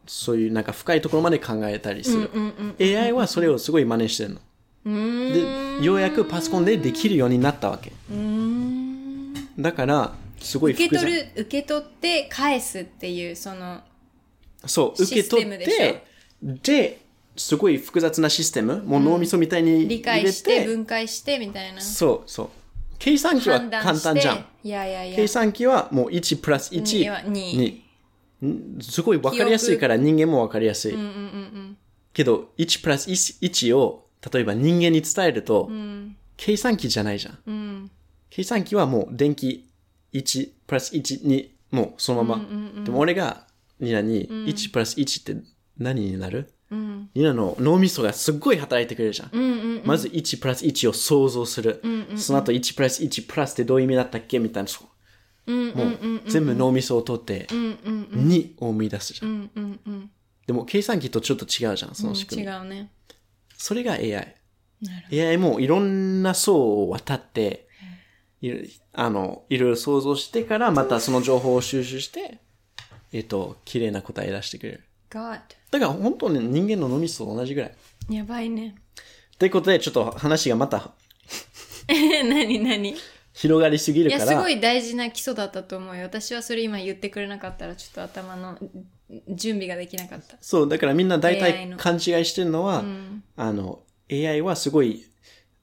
[SPEAKER 2] そういうなんか深いところまで考えたりする。
[SPEAKER 1] うんうん。
[SPEAKER 2] AI はそれをすごい真似してる
[SPEAKER 1] うーん。
[SPEAKER 2] の。で、ようやくパソコンでできるようになったわけ。
[SPEAKER 1] うーん。
[SPEAKER 2] だから、すごい
[SPEAKER 1] 受け
[SPEAKER 2] 複雑。
[SPEAKER 1] 取る、受け取って返すっていう、その、
[SPEAKER 2] そう、受け取っ
[SPEAKER 1] システ
[SPEAKER 2] て、で、すごい複雑なシステム、もう脳みそみたいに入れて、
[SPEAKER 1] 理解して、分解してみたいな。
[SPEAKER 2] そう、そう。計算機は
[SPEAKER 1] 判断
[SPEAKER 2] 簡
[SPEAKER 1] して。
[SPEAKER 2] 単じゃん。
[SPEAKER 1] いやいやいや。
[SPEAKER 2] 計算機はもう1プラス
[SPEAKER 1] には
[SPEAKER 2] 1、
[SPEAKER 1] に
[SPEAKER 2] にんすごい分かりやすいから人間も分かりやすい。
[SPEAKER 1] うんうんうん
[SPEAKER 2] けど、1プラス 1, 1を、例えば人間に伝えると、
[SPEAKER 1] うん。
[SPEAKER 2] 計算機じゃないじゃん。
[SPEAKER 1] うん。うん。
[SPEAKER 2] 計算機はもう電気1プラス1に、もうそのまま。でも俺が、ニナに、1プラス1って何になる、
[SPEAKER 1] うん。
[SPEAKER 2] ニナの脳みそがすっごい働いてくれるじゃん。
[SPEAKER 1] うんうん。
[SPEAKER 2] まず1プラス1を想像する。その後1プラス1プラスってどういう意味だったっけみたいな。そう
[SPEAKER 1] うんうん
[SPEAKER 2] もう全部脳みそを取って
[SPEAKER 1] うんうん
[SPEAKER 2] 2を生み出すじゃん。
[SPEAKER 1] うんうんうん。
[SPEAKER 2] でも計算機とちょっと違うじゃん、その仕
[SPEAKER 1] 違
[SPEAKER 2] 組み。
[SPEAKER 1] うね。
[SPEAKER 2] それが AI。
[SPEAKER 1] なる
[SPEAKER 2] AI もいろんな層を渡って、いろあの、いろいろ想像してからまたその情報を収集して、えっと、綺麗な答え出してくれる。
[SPEAKER 1] God。
[SPEAKER 2] だから本当に人間の脳みそと同じぐらい。
[SPEAKER 1] やばいね。 [LAUGHS]
[SPEAKER 2] ということで、ちょっと話がまた
[SPEAKER 1] なにな [LAUGHS] に
[SPEAKER 2] 広がりすぎる
[SPEAKER 1] いや、
[SPEAKER 2] から。
[SPEAKER 1] すごい大事な基礎だったと思うよ。私はそれ今言ってくれなかったら、ちょっと頭のん準備ができなかった。
[SPEAKER 2] そう、だからみんな大
[SPEAKER 1] AI
[SPEAKER 2] 体
[SPEAKER 1] の
[SPEAKER 2] 勘違いしてるのは、あの、AI はすごい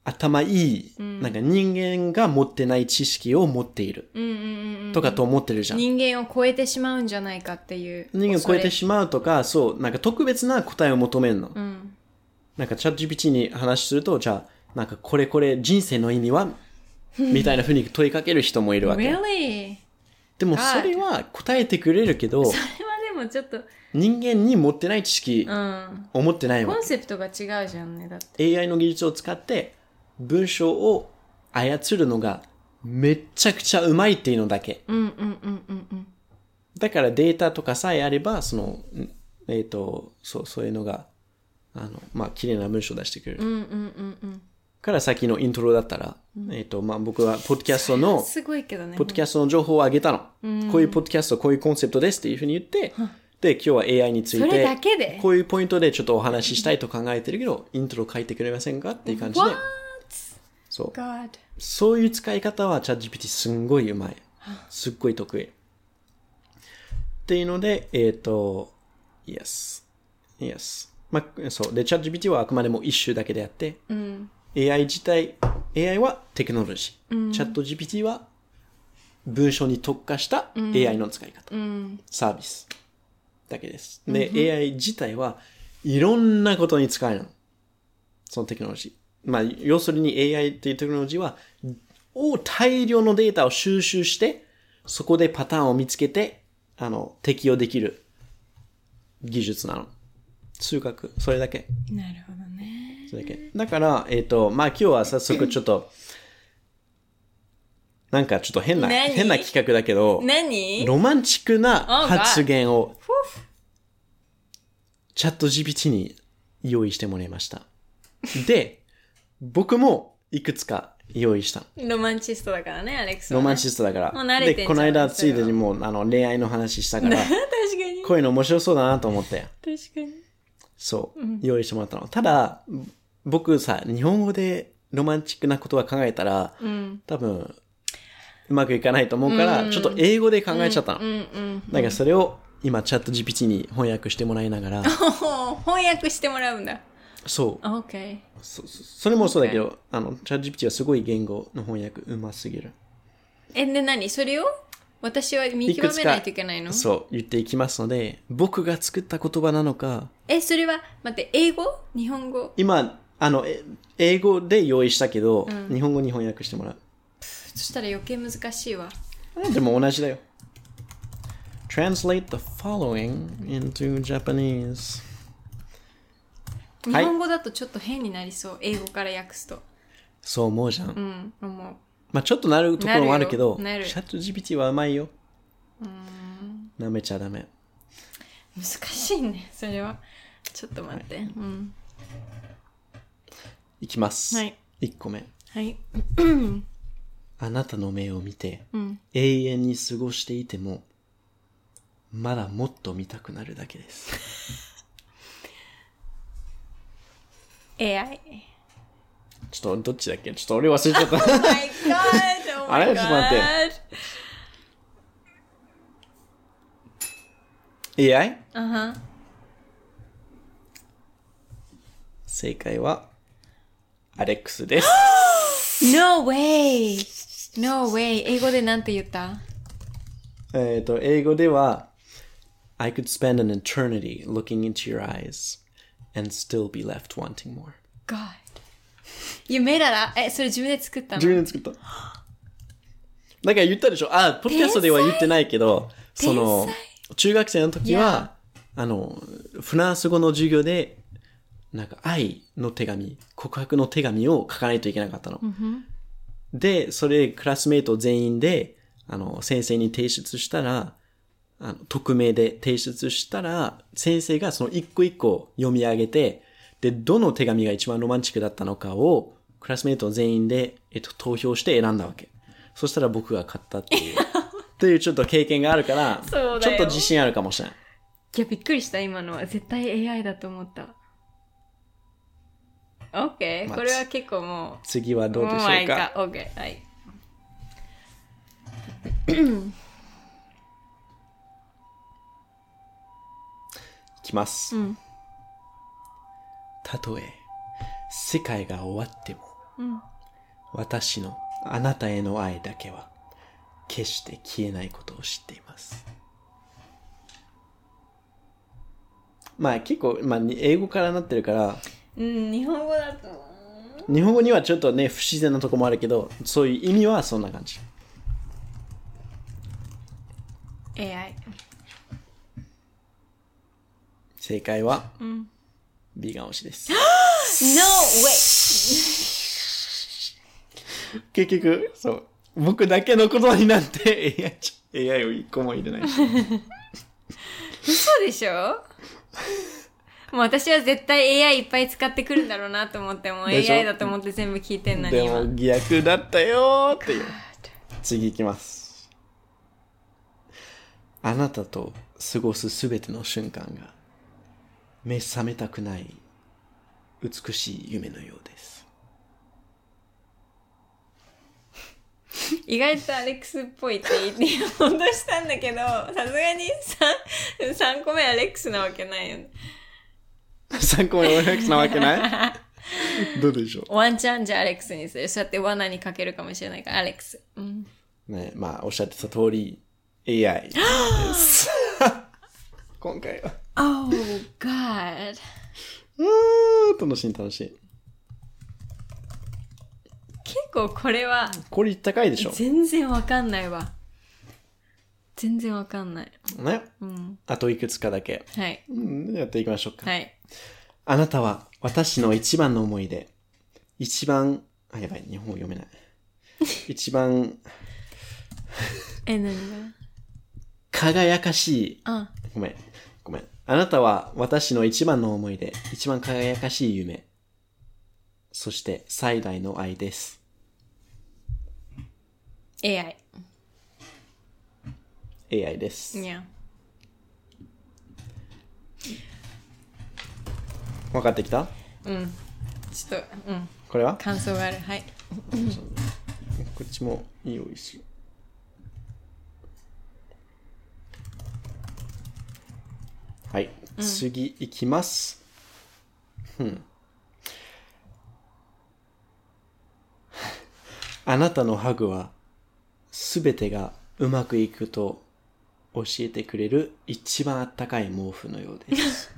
[SPEAKER 2] 頭いい、なんか人間が持ってない知識を持っている
[SPEAKER 1] うんうんうんうん。
[SPEAKER 2] とかと思ってるじゃん。
[SPEAKER 1] 人間を超えてしまうんじゃないかっていう。
[SPEAKER 2] 人間を超えて
[SPEAKER 1] し
[SPEAKER 2] しまうとか、そう、なんか特別な答えを求めるの。
[SPEAKER 1] まうん。
[SPEAKER 2] なんかチャット GPT に話すると、じゃあ、なんかこれこれ人生の
[SPEAKER 1] [LAUGHS]
[SPEAKER 2] 意味はみたいな風に問いかける人もいるわけ。
[SPEAKER 1] Really?
[SPEAKER 2] でもそれは答えてくれるけど、
[SPEAKER 1] それはでもちょっと、
[SPEAKER 2] 人間に持ってない知識
[SPEAKER 1] うん。
[SPEAKER 2] を持ってないわ
[SPEAKER 1] コ
[SPEAKER 2] け
[SPEAKER 1] ンセプトが違うじゃんね。だって。
[SPEAKER 2] AI の技術を使って文章を操るのがめっちゃくちゃうまいっていうのだけ。
[SPEAKER 1] うんうんうんうんうん。
[SPEAKER 2] だからデータとかさえあれば、その、んえっ、と、そう、そういうのが、あの、まあ、綺麗な文章を出してくれる。
[SPEAKER 1] うんうんうん
[SPEAKER 2] から先のイントロだったら、えっ、と、まあ、僕はポッドキャスト
[SPEAKER 1] うん。
[SPEAKER 2] の、
[SPEAKER 1] すごいけどね。
[SPEAKER 2] ポッドキャストの情報をあげたの。こういうポッドキャスト、こういうコンセプトですっていうふうに言って、で、今日は AI につい
[SPEAKER 1] それ
[SPEAKER 2] て
[SPEAKER 1] だ、けで
[SPEAKER 2] こういうポイントでちょっとお話ししたいと考えてるけど、イントロ書いてくれませんかっていう感じで
[SPEAKER 1] What?。
[SPEAKER 2] そう。
[SPEAKER 1] God.
[SPEAKER 2] そういう使い方はチャット GPT すんごいうまい。すっごい得意。っていうので、えっ、と、Yes。Yes。まあ、そう。で、チャット GPT はあくまでも一種だけであって、
[SPEAKER 1] うん。
[SPEAKER 2] AI 自体、AI はテクノロジー。チャット GPT は文章に特化した AI の使い方。
[SPEAKER 1] うん。
[SPEAKER 2] サービスだけです。で、AI 自体はいろんなことに使えるの。そのテクノロジー。まあ、要するに AI っていうテクノロジーは、を大量のデータを収集して、そこでパターンを見つけて、あの、適用できる技術なの。数学、それだけ。
[SPEAKER 1] なるほど
[SPEAKER 2] それだけ。だから、えっ、と、まあ今日は早速ちょっと、なんかちょっと変な、
[SPEAKER 1] 何
[SPEAKER 2] 変な企画だけど、
[SPEAKER 1] 何
[SPEAKER 2] ロマンチックな
[SPEAKER 1] Oh, God.
[SPEAKER 2] 発言を、チャット GPT に用意してもらいました。で、僕もいくつか用意した。
[SPEAKER 1] ロマンチストだからね、アレックスは
[SPEAKER 2] ロ
[SPEAKER 1] ね、
[SPEAKER 2] マンシストだから。
[SPEAKER 1] もう慣れてんじゃ
[SPEAKER 2] で、
[SPEAKER 1] ん
[SPEAKER 2] この間つ
[SPEAKER 1] それ
[SPEAKER 2] い
[SPEAKER 1] は
[SPEAKER 2] でにもうあの恋愛の話したから、
[SPEAKER 1] 確かに。
[SPEAKER 2] こういうの面白そうだなと思って、
[SPEAKER 1] 確かに。
[SPEAKER 2] そう、用意してもらったの。ただ、僕さ、日本語でロマンチックなことは考えたら、
[SPEAKER 1] うん。
[SPEAKER 2] 多分、うまくいかないと思うから、ちょっと英語で考えちゃったの。
[SPEAKER 1] うんうん。
[SPEAKER 2] だからそれを今、チャット GPT に翻訳してもらいながら、
[SPEAKER 1] [LAUGHS] 翻訳してもらうんだ。
[SPEAKER 2] そう
[SPEAKER 1] OK。
[SPEAKER 2] そ、そそれもそうだけど、あの、チャット GPT はすごい言語の翻訳うますぎる。
[SPEAKER 1] え、で何それを私は見極めないといけないの
[SPEAKER 2] そう、言っていきますので、僕が作った言葉なのか、
[SPEAKER 1] え、それは、待って、英語日本語
[SPEAKER 2] 今、あの、え英語で用意したけど、日本語に翻訳してもらう。
[SPEAKER 1] そしたら余計難しいわ。
[SPEAKER 2] でも同じだよ。Translate the following into Japanese.
[SPEAKER 1] 日本語だとちょっと変になりそう。英語から訳すと。
[SPEAKER 2] そう思うじゃん。
[SPEAKER 1] うん、思う。
[SPEAKER 2] まあちょっとなるところもあるけど、チ
[SPEAKER 1] なるよ
[SPEAKER 2] ャット GPT は甘いよ。なめちゃダメ。
[SPEAKER 1] 難しいね、それは。ちょっと待って。うん。
[SPEAKER 2] いきます。
[SPEAKER 1] はい
[SPEAKER 2] 1個目。
[SPEAKER 1] はい。
[SPEAKER 2] あなたの目を見て、永遠に過ごしていても、まだもっと見たくなるだけです。
[SPEAKER 1] [LAUGHS] AI。
[SPEAKER 2] ちょっと、どっちだっけちょっと俺忘れちゃ [LAUGHS] った。
[SPEAKER 1] Oh my god! Oh my god!。
[SPEAKER 2] あれちょっと待って AI?
[SPEAKER 1] あは。
[SPEAKER 2] 正解は、アレックスです。
[SPEAKER 1] No way! No way! 英語でなんて言った
[SPEAKER 2] えっと、英語では、I could spend an eternity looking into your eyes and still be left wanting more.
[SPEAKER 1] God. 夢だら、え、それ自分で作ったの
[SPEAKER 2] 自分で作った。なんか言ったでしょあ、ポッドキャストでは言ってないけど、その
[SPEAKER 1] 天、
[SPEAKER 2] 中学生の時は、あの、フランス語の授業で、なんか愛の手紙、告白の手紙を書かないといけなかったの。で、それクラスメイト全員で、あの、先生に提出したら、あの、匿名で提出したら、先生がその一個一個読み上げて、で、どの手紙が一番ロマンチックだったのかを、クラスメイト全員で、えっと、投票して選んだわけ。そしたら僕が勝ったっ
[SPEAKER 1] [LAUGHS]
[SPEAKER 2] ていう、っていうちょっと経験があるから、ち
[SPEAKER 1] そ
[SPEAKER 2] ょ
[SPEAKER 1] う
[SPEAKER 2] っ
[SPEAKER 1] だよ
[SPEAKER 2] と自信あるかもしれない。
[SPEAKER 1] いや、びっくりした、今のは。絶対 AI だと思った。OK。
[SPEAKER 2] まあ
[SPEAKER 1] これは結構も
[SPEAKER 2] 次は
[SPEAKER 1] う、
[SPEAKER 2] どう
[SPEAKER 1] もう
[SPEAKER 2] でしょうか。
[SPEAKER 1] OK。はい。
[SPEAKER 2] いきます。
[SPEAKER 1] うん
[SPEAKER 2] たとえ、世界が終わっても、
[SPEAKER 1] うん
[SPEAKER 2] 私のあなたへの愛だけは決して消えないことを知っています。まあ結構、まあ、に英語からなってるから
[SPEAKER 1] うん、日本語だと。
[SPEAKER 2] 日本語にはちょっとね不自然なとこもあるけどそういう意味はそんな感じ
[SPEAKER 1] AI。
[SPEAKER 2] 正解は、ビガン推しです
[SPEAKER 1] No way!
[SPEAKER 2] 結局そう僕だけのことになって [LAUGHS] AI, ち AI を一個も入れない
[SPEAKER 1] 嘘でしょもう私は絶対 AI いっぱい使ってくるんだろうなと思って、もう
[SPEAKER 2] でしょ
[SPEAKER 1] AI だと思って全部聞いてんのに
[SPEAKER 2] でも
[SPEAKER 1] 今。
[SPEAKER 2] 逆だったよーっていう次いきますあなたと過ごすすべての瞬間が目覚めたくない美しい夢のよう [LAUGHS] です
[SPEAKER 1] 意外とアレックスっぽいって言って本当したんだけどさすがに 3, 3個目アレックスなわけないよね
[SPEAKER 2] 参考に OX なわけない [LAUGHS] どうでしょ
[SPEAKER 1] ワンチャンじゃアレックスにするそうやって罠にかけるかもしれないからアレックス、うん、
[SPEAKER 2] うねまあおっしゃってた通り [LAUGHS] AI です [LAUGHS] 今回は
[SPEAKER 1] Oh God
[SPEAKER 2] うーん楽しい楽しい
[SPEAKER 1] 結構これは
[SPEAKER 2] これ高いでしょ
[SPEAKER 1] 全然わかんないわ全然わかんない
[SPEAKER 2] ね、あといくつかだけ、
[SPEAKER 1] はい
[SPEAKER 2] うん、やっていきましょうか
[SPEAKER 1] はい
[SPEAKER 2] あなたは私の一番の思い出。一番、あ、やばい、日本語読めない。一番
[SPEAKER 1] え、何が
[SPEAKER 2] 輝かしい、
[SPEAKER 1] あ、
[SPEAKER 2] ごめん、ごめん。あなたは私の一番の思い出、一番輝かしい夢。そして最大の愛です。
[SPEAKER 1] AI。
[SPEAKER 2] AI です。
[SPEAKER 1] Yeah.
[SPEAKER 2] 分かってきた
[SPEAKER 1] うん。ちょっと、うん。
[SPEAKER 2] これは
[SPEAKER 1] 感想がある。はい。
[SPEAKER 2] こっちも用意しよう。はい、次いきます。 [LAUGHS] うん。あなたのハグは、すべてがうまくいくと教えてくれる一番あったかい毛布のようです。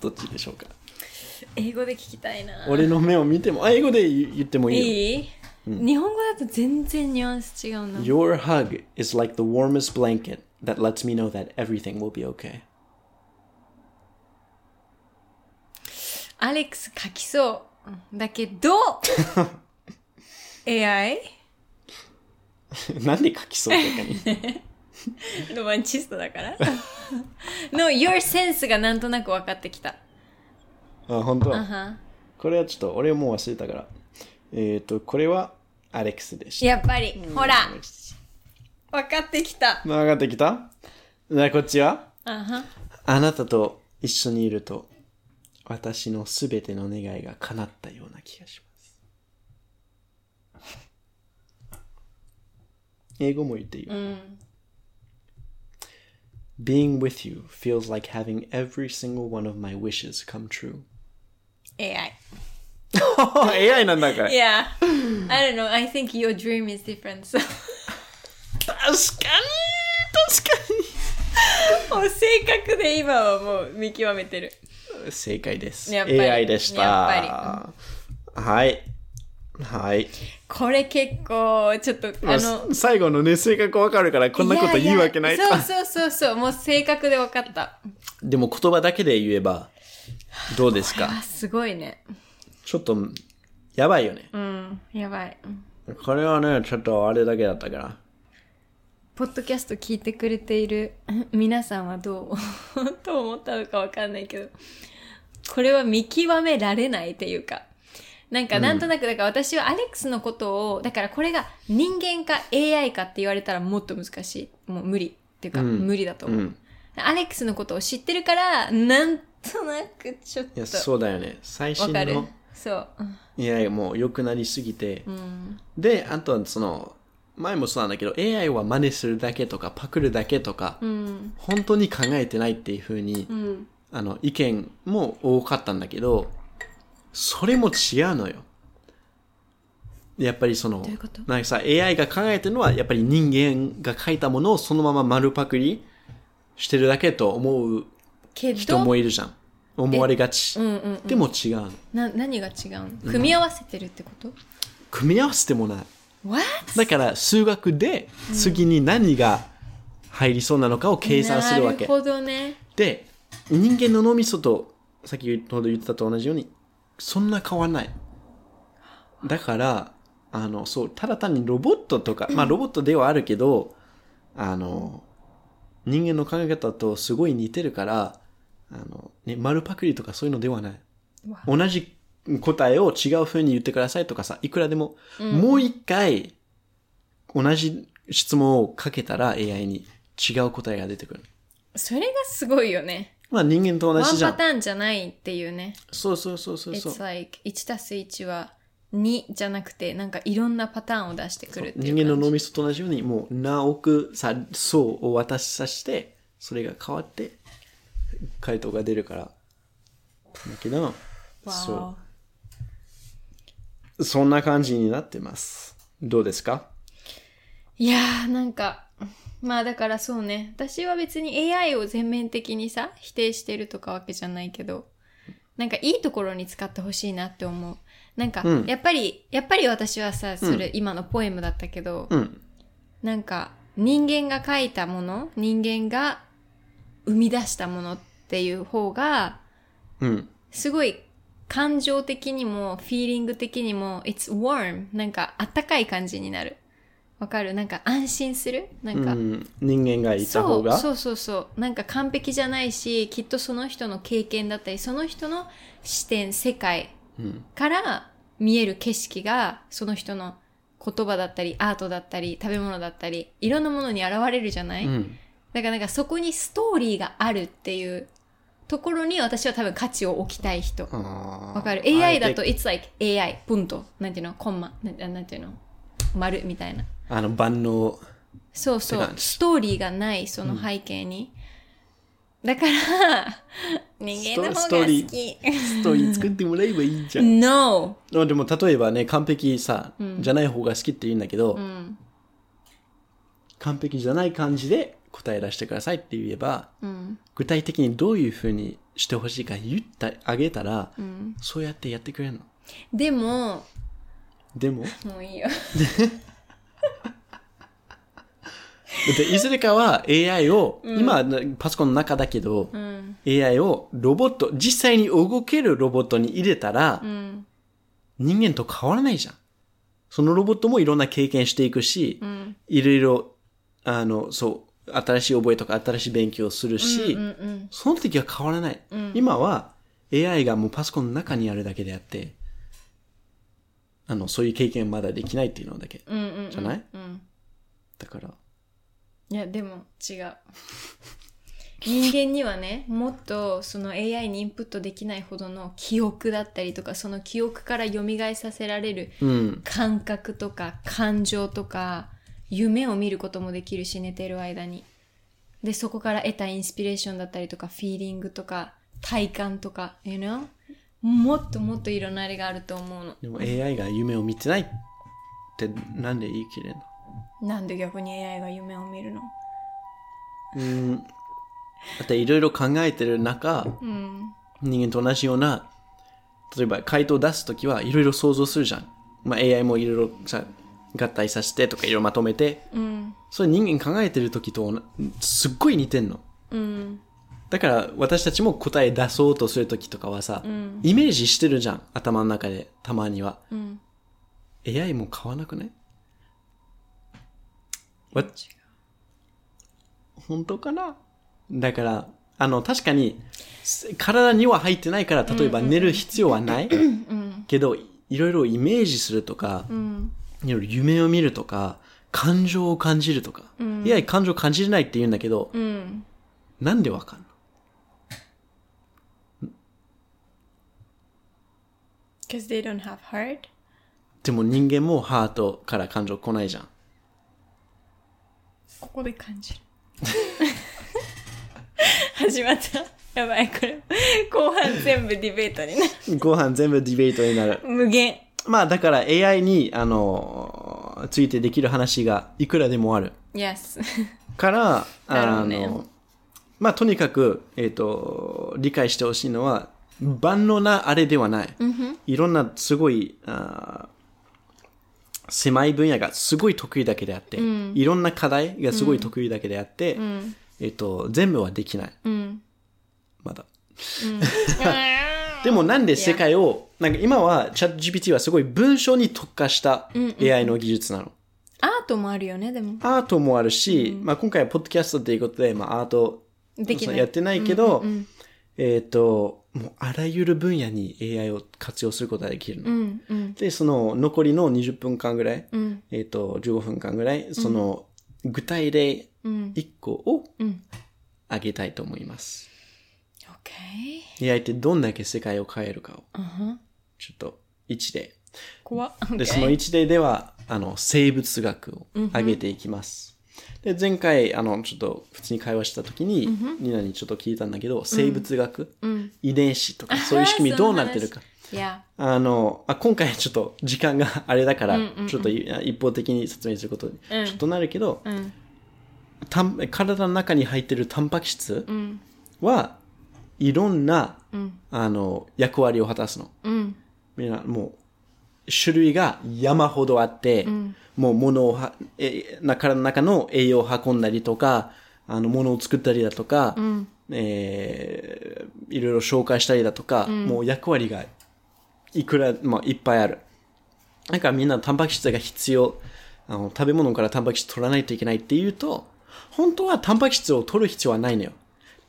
[SPEAKER 2] どっちでしょうか
[SPEAKER 1] 英語で聞きたいな。
[SPEAKER 2] 俺の目を見ても、あ、英語で言ってもいいよ。
[SPEAKER 1] いい、日本語だと全然ニュアンス違うな。
[SPEAKER 2] Your hug is like the warmest blanket that lets me know that everything will be okay. [LAUGHS]
[SPEAKER 1] アレックス書きそううん。だけ
[SPEAKER 2] [LAUGHS]
[SPEAKER 1] ど、AI?
[SPEAKER 2] なんで書きそうとかに。
[SPEAKER 1] ロマンチストだからの your sense がなんとなく分かってきた。
[SPEAKER 2] [LAUGHS] あ、本当。
[SPEAKER 1] あは
[SPEAKER 2] これはちょっと俺もう忘れたから。えっ、ー、と、これはアレックスでした。
[SPEAKER 1] やっぱり、ほら、分かってきた。
[SPEAKER 2] 上がってきたじゃあこっちは
[SPEAKER 1] あは
[SPEAKER 2] あなたと一緒にいると、私のすべての願いが叶ったような気がします。英語も言っていいよ。Being with you feels like having every single one of my wishes come true.
[SPEAKER 1] AI。
[SPEAKER 2] AI なんだから
[SPEAKER 1] Yeah. I don't know. I think your dream is different. So. [LAUGHS]
[SPEAKER 2] 確かに確
[SPEAKER 1] もう性格で今はもう見極めてる。
[SPEAKER 2] かに正解です。
[SPEAKER 1] やっぱり
[SPEAKER 2] AI でした。
[SPEAKER 1] や
[SPEAKER 2] はい。はい。
[SPEAKER 1] これ結構、ちょっと、あの、
[SPEAKER 2] 最後のね、性格わかるからこんなこと言うわけない。
[SPEAKER 1] いやいやそうそうそうそう、もう性格で分かった。
[SPEAKER 2] でも言葉だけで言えば、どうですか
[SPEAKER 1] あ、すごいね。
[SPEAKER 2] ちょっと、やばいよね。
[SPEAKER 1] うん、やばい。うん
[SPEAKER 2] これはね、ちょっとあれだけだったから。
[SPEAKER 1] ポッドキャスト聞いてくれている [LAUGHS] 皆さんはどう [LAUGHS] と思ったのかわかんないけど、これは見極められないっていうか、なんかなんとなく、だから私はアレックスのことを、だからこれが人間か AI かって言われたらもっと難しい。もう無理っていうか、
[SPEAKER 2] ん
[SPEAKER 1] 無理だと
[SPEAKER 2] う
[SPEAKER 1] 思う、
[SPEAKER 2] ん。
[SPEAKER 1] アレックスのことを知ってるから、なんとなくちょっ
[SPEAKER 2] いや、
[SPEAKER 1] と、
[SPEAKER 2] そうだよね。最
[SPEAKER 1] わ
[SPEAKER 2] 新
[SPEAKER 1] かる
[SPEAKER 2] の。。
[SPEAKER 1] そう。
[SPEAKER 2] いやいや、もう良くなりすぎて。
[SPEAKER 1] うん。
[SPEAKER 2] で、あとはその、前もそうなんだけど、AI は真似するだけとか、パクるだけとか、
[SPEAKER 1] うん。
[SPEAKER 2] 本当に考えてないっていう風に、
[SPEAKER 1] うん。
[SPEAKER 2] あの、意見も多かったんだけど、それも違うのよ。やっぱりその、
[SPEAKER 1] どういうこと
[SPEAKER 2] なんかさ、AI が考えてるのは、やっぱり人間が書いたものをそのまま丸パクリしてるだけと思う
[SPEAKER 1] けど、
[SPEAKER 2] 人もいるじゃん。思われがち。
[SPEAKER 1] うんうん。
[SPEAKER 2] でも違うの。
[SPEAKER 1] な何が違うの組み合わせてるってこと、
[SPEAKER 2] 組み合わせてもない。
[SPEAKER 1] What?
[SPEAKER 2] だから数学で次に何が入りそうなのかを計算する
[SPEAKER 1] な
[SPEAKER 2] わ
[SPEAKER 1] る
[SPEAKER 2] け。
[SPEAKER 1] ほどね。
[SPEAKER 2] で、人間の脳みそとさっきほど言ってたと同じように、そんな変わらない。だから、あの、そう、ただ単にロボットとか、まあロボットではあるけど、あの、人間の考え方とすごい似てるから、あの、ね、丸パクリとかそういうのではない。
[SPEAKER 1] わ
[SPEAKER 2] 同じ答えを違う風に言ってくださいとかさ、いくらでも、もう一回、同じ質問をかけたら AI に違う答えが出てくる。
[SPEAKER 1] それがすごいよね。
[SPEAKER 2] まあ人間と同
[SPEAKER 1] ワ
[SPEAKER 2] じ
[SPEAKER 1] ン
[SPEAKER 2] じゃ
[SPEAKER 1] パ
[SPEAKER 2] ん
[SPEAKER 1] タ。ーンじゃないっていうね。
[SPEAKER 2] そうそうそうそうそう
[SPEAKER 1] It's。like 1たす1は2じゃなくて、なんかいろんなパターンを出してくるっていう
[SPEAKER 2] 人
[SPEAKER 1] 感じ
[SPEAKER 2] 間の脳みそと同じように、もう何億さ、層を渡しさせて、それが変わって、回答が出るから。だけど、
[SPEAKER 1] わ
[SPEAKER 2] そう。そんな感じになってます。どうですか
[SPEAKER 1] ーいやー、なんか、まあだからそうね。私は別に AI を全面的にさ、否定してるとかわけじゃないけど、なんかいいところに使ってほしいなって思う。なんか、
[SPEAKER 2] うん
[SPEAKER 1] やっぱり、やっぱり私はさ、それ今のポエムだったけど、
[SPEAKER 2] うん。
[SPEAKER 1] なんか人間が書いたもの人間が生み出したものっていう方が
[SPEAKER 2] うん。
[SPEAKER 1] すごい感情的にもフィーリング的にも It's warm なんかあったかい感じになるわかるなんか安心するなんか、
[SPEAKER 2] うん人間がいた方が。
[SPEAKER 1] そうそうそうそうなんか完璧じゃないしきっとその人の経験だったりその人の視点世界
[SPEAKER 2] うん
[SPEAKER 1] から見える景色がその人の言葉だったりアートだったり食べ物だったりいろんなものに現れるじゃない、
[SPEAKER 2] うん
[SPEAKER 1] だからなんかそこにストーリーがあるっていうところに私は多分価値を置きたい人わ
[SPEAKER 2] わ
[SPEAKER 1] かる ?AI だと、it's like AI、ポンと、なんていうの、コンマ、なんなんていうの、丸みたいな。
[SPEAKER 2] あの、万能。
[SPEAKER 1] そうそ
[SPEAKER 2] って
[SPEAKER 1] う
[SPEAKER 2] 感、じ
[SPEAKER 1] ストーリーがない、その背景に。だ
[SPEAKER 2] [LAUGHS]
[SPEAKER 1] から、人間の
[SPEAKER 2] ス
[SPEAKER 1] 方
[SPEAKER 2] ト
[SPEAKER 1] が
[SPEAKER 2] ーリ
[SPEAKER 1] 好
[SPEAKER 2] ー
[SPEAKER 1] き。
[SPEAKER 2] ストーリー作ってもらえばいいじゃ
[SPEAKER 1] [LAUGHS]
[SPEAKER 2] ん。
[SPEAKER 1] no!
[SPEAKER 2] でも、例えばね、完璧さ、じゃない方が好きって言うんだけど、
[SPEAKER 1] うん、
[SPEAKER 2] 完璧じゃない感じで答え出してくださいって言えば、
[SPEAKER 1] うん、
[SPEAKER 2] 具体的にどういうふうにしてほしいか言ってあげたら、
[SPEAKER 1] うん。
[SPEAKER 2] そうやってやってくれるの。
[SPEAKER 1] でも、
[SPEAKER 2] でも、だ
[SPEAKER 1] もういいよ。
[SPEAKER 2] っていずれかは AI を、今はパソコンの中だけど、
[SPEAKER 1] うん、
[SPEAKER 2] AI をロボット、実際に動けるロボットに入れたら、
[SPEAKER 1] うん、
[SPEAKER 2] 人間と変わらないじゃん。そのロボットもいろんな経験していくし、
[SPEAKER 1] うん。
[SPEAKER 2] いろいろ、あの、そう、新しい覚えとか新しい勉強をするし、
[SPEAKER 1] うん、うん、
[SPEAKER 2] その時は変わらない。
[SPEAKER 1] うん
[SPEAKER 2] 今は AI がもうパソコンの中にあるだけであって、あの、そういう経験まだできないっていうのだけ。
[SPEAKER 1] うん、うんうん。
[SPEAKER 2] じゃない
[SPEAKER 1] うん。
[SPEAKER 2] だから、
[SPEAKER 1] いやでも違う人間にはねもっとその AI にインプットできないほどの記憶だったりとかその記憶から蘇させられる
[SPEAKER 2] うん。
[SPEAKER 1] 感覚とか感情とか夢を見ることもできるし寝てる間にでそこから得たインスピレーションだったりとかフィーリングとか体感とか you know もっともっといろんなあれがあると思うの
[SPEAKER 2] でも AI が夢を見てないってなんで言い切れんの
[SPEAKER 1] なんで逆に AI が夢を見るの
[SPEAKER 2] うん。だっていろいろ考えてる中、
[SPEAKER 1] うん
[SPEAKER 2] 人間と同じような、例えば回答を出すときはいろいろ想像するじゃん。まあ、AI もいろいろさ、合体させてとかいろいろまとめて、
[SPEAKER 1] うん
[SPEAKER 2] それ人間考えてるときとおなすっごい似てんの。
[SPEAKER 1] うん
[SPEAKER 2] だから私たちも答え出そうとするときとかはさ、
[SPEAKER 1] ん
[SPEAKER 2] イメージしてるじゃん。頭の中で、たまには。
[SPEAKER 1] うん
[SPEAKER 2] AI も買わなくないわ本当かなだから、あの、確かに、す体には入ってないから、例えば寝る必要はない、けど、いろいろイメージするとか、
[SPEAKER 1] うん
[SPEAKER 2] いろいろ夢を見るとか、感情を感じるとか、AI 感情感じれないって言うんだけど、
[SPEAKER 1] うん
[SPEAKER 2] なんでわかんの
[SPEAKER 1] Because they don't have heart?
[SPEAKER 2] でも人間もハートから感情来ないじゃん。
[SPEAKER 1] ここで感じる。始まった。やばい、これ。後半全部ディベートになる。
[SPEAKER 2] ご飯全部ディベートになる。
[SPEAKER 1] 無限。
[SPEAKER 2] まあだから AI に、あの、ついてできる話がいくらでもある。
[SPEAKER 1] Yes.
[SPEAKER 2] から、
[SPEAKER 1] なるほ
[SPEAKER 2] あ
[SPEAKER 1] どね
[SPEAKER 2] の、まあとにかく、えっ、と、理解してほしいのは、万能なあれではない。いろんなすごい、あー狭い分野がすごい得意だけであって、いろんな課題がすごい得意だけであって、えっ、と、全部はできない。
[SPEAKER 1] うん。
[SPEAKER 2] まだ。でもなんで世界を、なんか今はチャット GPT はすごい文章に特化した AI の技術なの。
[SPEAKER 1] アートもあるよね、でも。
[SPEAKER 2] アートもあるし、まあ今回はポッドキャストということで、まあアート
[SPEAKER 1] できない
[SPEAKER 2] やってないけど、えっ、と、もうあらゆる分野に AI を活用することができるの。
[SPEAKER 1] うん、うん、
[SPEAKER 2] で、その残りの20分間ぐらい、
[SPEAKER 1] うん、
[SPEAKER 2] えっ、と、15分間ぐらい、その具体例
[SPEAKER 1] うん。
[SPEAKER 2] 1個を
[SPEAKER 1] うん。
[SPEAKER 2] あげたいと思います。
[SPEAKER 1] OK。
[SPEAKER 2] AI ってどんだけ世界を変えるかを、
[SPEAKER 1] うんふん。
[SPEAKER 2] ちょっと1で
[SPEAKER 1] 怖っ。
[SPEAKER 2] で、その
[SPEAKER 1] OK。
[SPEAKER 2] 一例では、あの、生物学を上げていきます。で、前回、あの、ちょっと普通に会話した時に、ニナにちょっと聞いたんだけど、生物学、
[SPEAKER 1] ん
[SPEAKER 2] 遺伝子とか、そういう仕組みどうなってるか。
[SPEAKER 1] Yeah.
[SPEAKER 2] あの、あ今回ちょっと時間があれだから、ちょっとい一方的に説明することに、
[SPEAKER 1] うん
[SPEAKER 2] ちょっとなるけど、
[SPEAKER 1] うん、
[SPEAKER 2] たん体の中に入ってるタンパク質
[SPEAKER 1] うん、
[SPEAKER 2] は、いろんな、
[SPEAKER 1] うん、
[SPEAKER 2] あの、役割を果たすの。
[SPEAKER 1] うん、
[SPEAKER 2] みんなも種類が山ほどあって、
[SPEAKER 1] ん
[SPEAKER 2] もう物をは、え、なから中の栄養を運んだりとか、あの、物を作ったりだとか、
[SPEAKER 1] ん
[SPEAKER 2] えーいろいろ紹介したりだとか、もう役割がいくら、まあ、いっぱいある。なんかみんなタンパク質が必要。あの、食べ物からタンパク質取らないといけないっていうと、本当はタンパク質を取る必要はないのよ。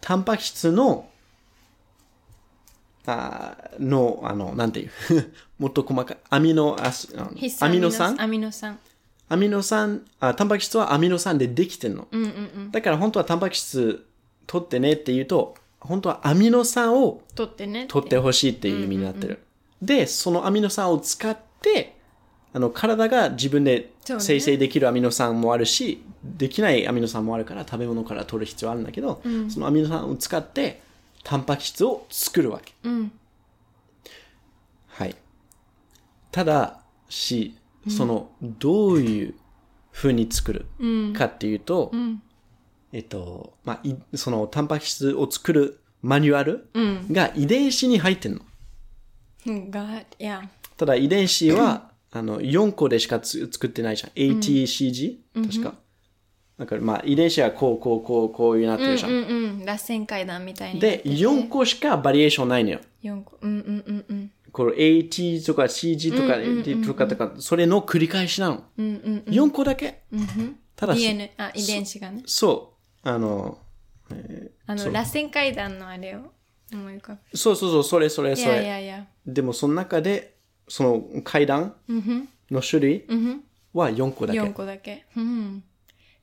[SPEAKER 2] タンパク質の、あーの、あの、なんていう。 [LAUGHS] もっと細かい。アミノアシ、あ
[SPEAKER 1] 必須
[SPEAKER 2] アミノ酸
[SPEAKER 1] アミノ酸
[SPEAKER 2] アミノ酸あ、タンパク質はアミノ酸でできてんの。
[SPEAKER 1] うんうんうん
[SPEAKER 2] だから本当はタンパク質取ってねって言うと、本当はアミノ酸を
[SPEAKER 1] 取ってね
[SPEAKER 2] 取ってほしいっていう意味になってる。で、そのアミノ酸を使って、あの、体が自分で
[SPEAKER 1] そうね
[SPEAKER 2] 生成できるアミノ酸もあるし、できないアミノ酸もあるから食べ物から取る必要あるんだけど、そのアミノ酸を使って、タンパク質を作るわけ。
[SPEAKER 1] うん
[SPEAKER 2] はい。ただし、その、どういう風に作る
[SPEAKER 1] うん
[SPEAKER 2] かっていうと、
[SPEAKER 1] うん
[SPEAKER 2] えっと、まあ、いその、タンパク質を作るマニュアル
[SPEAKER 1] うん
[SPEAKER 2] が遺伝子に入ってんの。
[SPEAKER 1] God yeah
[SPEAKER 2] ただ遺伝子は、あの、4個でしかつ作ってないじゃん。ATCG?、確か。だから、まあ、遺伝子はこう、こう、こう、こういうなってるじゃん。
[SPEAKER 1] うんうん螺旋階段みたいになって
[SPEAKER 2] で、
[SPEAKER 1] て
[SPEAKER 2] 4個しかバリエーションないのよ。
[SPEAKER 1] 四個うんうんうんうん
[SPEAKER 2] この AT とか CG とか AT とかとか、それの繰り返しなの。
[SPEAKER 1] うんうんうん
[SPEAKER 2] 4個だけ。ただし、
[SPEAKER 1] DNA あ遺伝子がね
[SPEAKER 2] そう、あの、
[SPEAKER 1] あの螺旋階段のあれを思い浮かぶ
[SPEAKER 2] そうそうそう、それそれ
[SPEAKER 1] い
[SPEAKER 2] それ。
[SPEAKER 1] やいやいや
[SPEAKER 2] でもその中で、その階段の種類は4個だけ。
[SPEAKER 1] 4個だけうん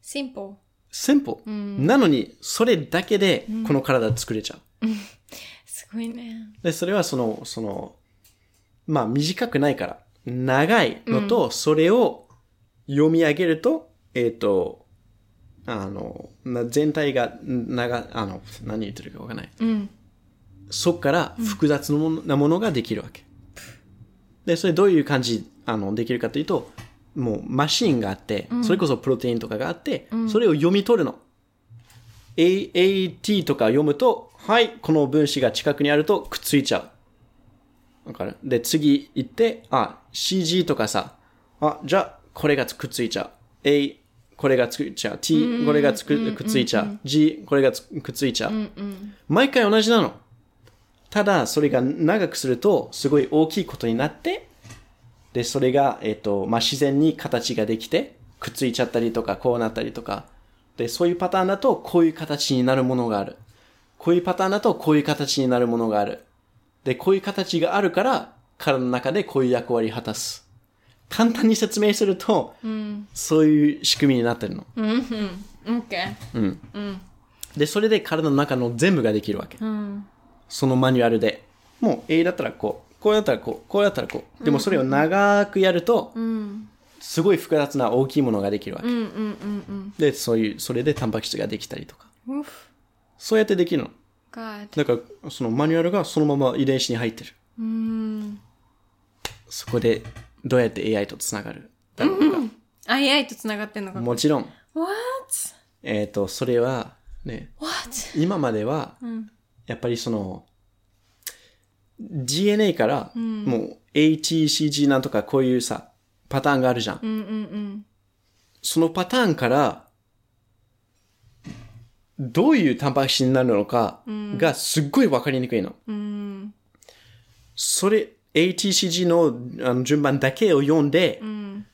[SPEAKER 1] シンプル
[SPEAKER 2] シンプル。なのに、それだけでこの体作れちゃう。
[SPEAKER 1] すごいね
[SPEAKER 2] で、それはその、その、まあ短くないから、長いのと、それを読み上げると、えっ、と、あの、な全体が、長、あの、何言ってるかわかんない。
[SPEAKER 1] うん
[SPEAKER 2] そっから複雑なもの,、なものができるわけ。で、それどういう感じ、あの、できるかというと、もうマシンがあって、それこそプロテインとかがあって、それを読み取るの。A、AT とか読むと、はい、この分子が近くにあるとくっついちゃう。わかるで、次行って、あ、CG とかさ、あ、じゃあ、これがくっついちゃう。A、これがつくっちゃう。T、これがつくくっついちゃう。G、これがつくっついちゃう。毎回同じなの。ただ、それが長くすると、すごい大きいことになって、で、それが、えっ、と、まあ、自然に形ができて、くっついちゃったりとか、こうなったりとか。で、そういうパターンだと、こういう形になるものがある。こういうパターンだと、こういう形になるものがある。で、こういう形があるから、体の中でこういう役割を果たす。簡単に説明すると、そういう仕組みになってるの。
[SPEAKER 1] OK
[SPEAKER 2] で、それで体の中の全部ができるわけ。そのマニュアルで。もう A だったらこう、こうだったらこう、こうだったらこう。でもそれを長くやると、すごい複雑な大きいものができるわけ。で、そういう、それでタンパク質ができたりとか。
[SPEAKER 1] Oof
[SPEAKER 2] そうやってできるの。
[SPEAKER 1] God
[SPEAKER 2] だから、そのマニュアルがそのまま遺伝子に入ってる。そこで、どうやって AI とつながるだろう
[SPEAKER 1] AI とつながってんのか
[SPEAKER 2] か。もちろん、
[SPEAKER 1] What?
[SPEAKER 2] えっ、と、それは、ね、
[SPEAKER 1] What?
[SPEAKER 2] 今までは、やっぱりその DNA からもう ATCG なんとかこういうさパターンがあるじゃん,、
[SPEAKER 1] うんうん
[SPEAKER 2] そのパターンからどういうタンパク質になるのかがすっごい分かりにくいの、
[SPEAKER 1] うんうん
[SPEAKER 2] それ ATCG のあの順番だけを読んで、
[SPEAKER 1] うん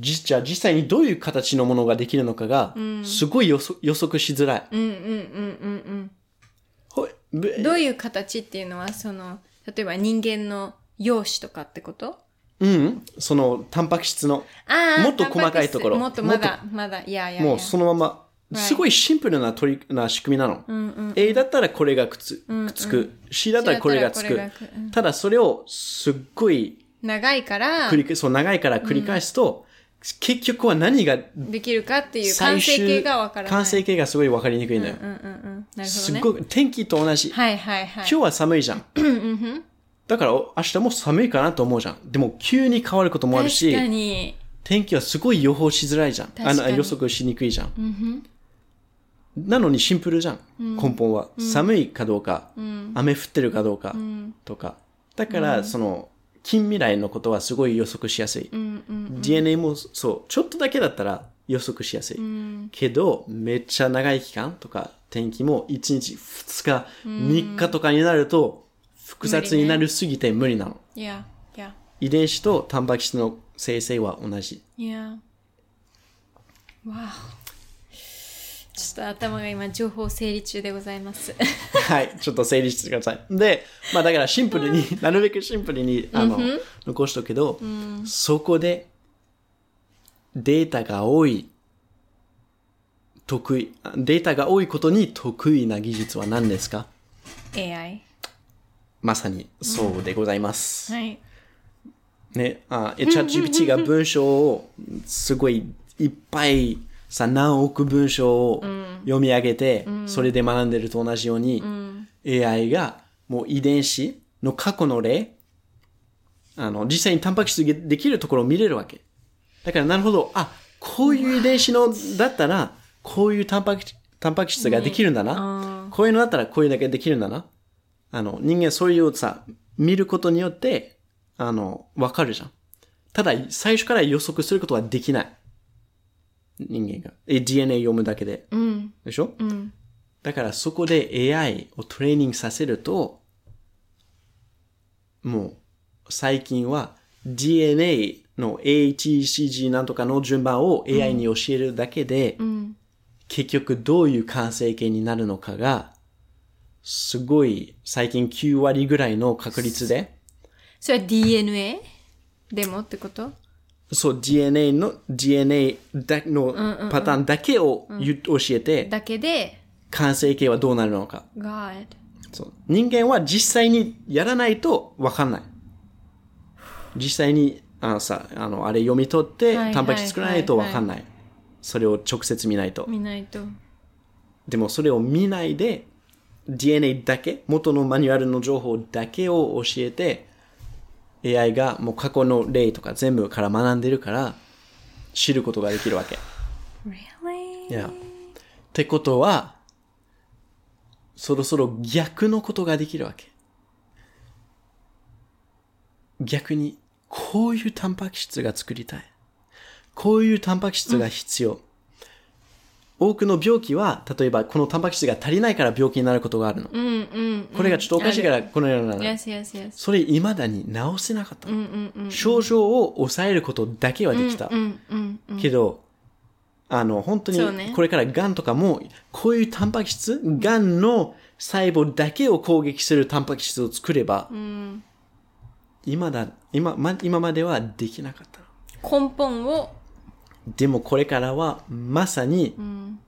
[SPEAKER 2] じじゃあ実際にどういう形のものができるのかがすごい予測予測しづらい、
[SPEAKER 1] うんうんうんうんうん
[SPEAKER 2] ほいぶ
[SPEAKER 1] どういう形っていうのはその例えば人間の容姿とかってこと
[SPEAKER 2] うんうんそのタンパク質の
[SPEAKER 1] ああ
[SPEAKER 2] もっと細かいところ
[SPEAKER 1] もっとまだまだいやいやいや
[SPEAKER 2] もうそのま
[SPEAKER 1] Right.
[SPEAKER 2] ま、すごいシンプルな取りな仕組みなの。
[SPEAKER 1] うんうん
[SPEAKER 2] A だったらこれがくっつ
[SPEAKER 1] んうん
[SPEAKER 2] くっつく。C だったらこれがつ
[SPEAKER 1] これ
[SPEAKER 2] く
[SPEAKER 1] がつくう。
[SPEAKER 2] ただそれをすっごい
[SPEAKER 1] 長いから
[SPEAKER 2] 繰りそう長いから繰り返すと、結局は何が
[SPEAKER 1] できるかっていう
[SPEAKER 2] 最
[SPEAKER 1] 完成
[SPEAKER 2] 終
[SPEAKER 1] 形がわからない
[SPEAKER 2] 完成形がすごい分かりにくいんだよ。
[SPEAKER 1] うんうんうんなるほど
[SPEAKER 2] すっ
[SPEAKER 1] ね
[SPEAKER 2] ごい天気と同じ。
[SPEAKER 1] はいはいはい
[SPEAKER 2] 今日は寒いじゃん。だからお明日も寒いかなと思うじゃん。でも急に変わることもあるし。
[SPEAKER 1] 確かに
[SPEAKER 2] 天気はすごい予報しづらいじゃん。あ
[SPEAKER 1] 確
[SPEAKER 2] の
[SPEAKER 1] かに
[SPEAKER 2] 予測しにくいじゃん。なのにシンプルじゃん。根本は、寒いかどうか、雨降ってるかどうかとか。だから、その近未来のことはすごい予測しやすい。
[SPEAKER 1] うんうんうん
[SPEAKER 2] DNA もそう、ちょっとだけだったら予測しやすい。
[SPEAKER 1] うん
[SPEAKER 2] けど、めっちゃ長い期間とか、天気も1日、2日、3日とかになると、複雑になるすぎて無理なの。
[SPEAKER 1] Yeah, yeah,
[SPEAKER 2] 遺伝子とタンパク質の生成は同じ。
[SPEAKER 1] yeah. Wow. ちょっと頭が今情報整理中でございます。
[SPEAKER 2] はい、ちょっと整理してください。で、まあだからシンプルに、なるべくシンプルに、あの、残しとくけど、そこで、データが多い、得意、あデータが多いことに得意な技術は何ですか
[SPEAKER 1] AI。
[SPEAKER 2] まさにそうでございます。
[SPEAKER 1] はい。
[SPEAKER 2] ね、あ、え、チャット GPT が文章を、すごいいっぱい、さ、何億文章を読み上げて、それで学んでると同じように、AI が、もう遺伝子の過去の例、あの、実際にタンパク質でできるところを見れるわけ。だから、なるほど、あ、こういう遺伝子の、だったら、こういうタンパク、タンパク質ができるんだな。こういうのだったら、こういうだけできるんだな。あの、人間そういうさ、見ることによって、あの、わかるじゃん。ただ、最初から予測することはできない。人間が。え、DNA 読むだけで。
[SPEAKER 1] うん、
[SPEAKER 2] でしょ
[SPEAKER 1] うん。
[SPEAKER 2] だからそこで AI をトレーニングさせると、もう、最近は DNA の ATCG なんとかの順番を AI に教えるだけで、
[SPEAKER 1] うん。
[SPEAKER 2] 結局どういう完成形になるのかが、すごい最近9割ぐらいの確率で、
[SPEAKER 1] それは DNA? でもってこと
[SPEAKER 2] そう、DNA の、DNA だのパターンだけをゆ、教えて、
[SPEAKER 1] だけで、
[SPEAKER 2] 完成形はどうなるのか。
[SPEAKER 1] God。
[SPEAKER 2] そう人間は実際にやらないとわかんない。実際に、あのさ、あの、あれ読み取って
[SPEAKER 1] はい、
[SPEAKER 2] タンパク質作らないとわかんない。それを直接見ないと。
[SPEAKER 1] 見ないと。
[SPEAKER 2] でもそれを見ないで DNA だけ元のマニュアルの情報だけを教えて AI がもう過去の例とか全部から学んでるから知ることができるわけ。
[SPEAKER 1] Really?
[SPEAKER 2] いや。ってことはそろそろ逆のことができるわけ。逆にこういうタンパク質が作りたい。こういうタンパク質が必要。多くの病気は、例えばこのタンパク質が足りないから病気になることがあるの。
[SPEAKER 1] うんうん。
[SPEAKER 2] これがちょっとおかしいからこのようになる。
[SPEAKER 1] Yes, yes, yes.
[SPEAKER 2] それ未だに治せなかったの、
[SPEAKER 1] うんうんうん。
[SPEAKER 2] 症状を抑えることだけはできた。
[SPEAKER 1] うんうんうん。
[SPEAKER 2] けど、あの、本当
[SPEAKER 1] そうね
[SPEAKER 2] にこれから癌とかも、こういうタンパク質、癌の細胞だけを攻撃するタンパク質を作れば、
[SPEAKER 1] うん
[SPEAKER 2] 今だ、今、ま、今まではできなかったの。
[SPEAKER 1] 根本を、
[SPEAKER 2] でもこれからはまさに、
[SPEAKER 1] うん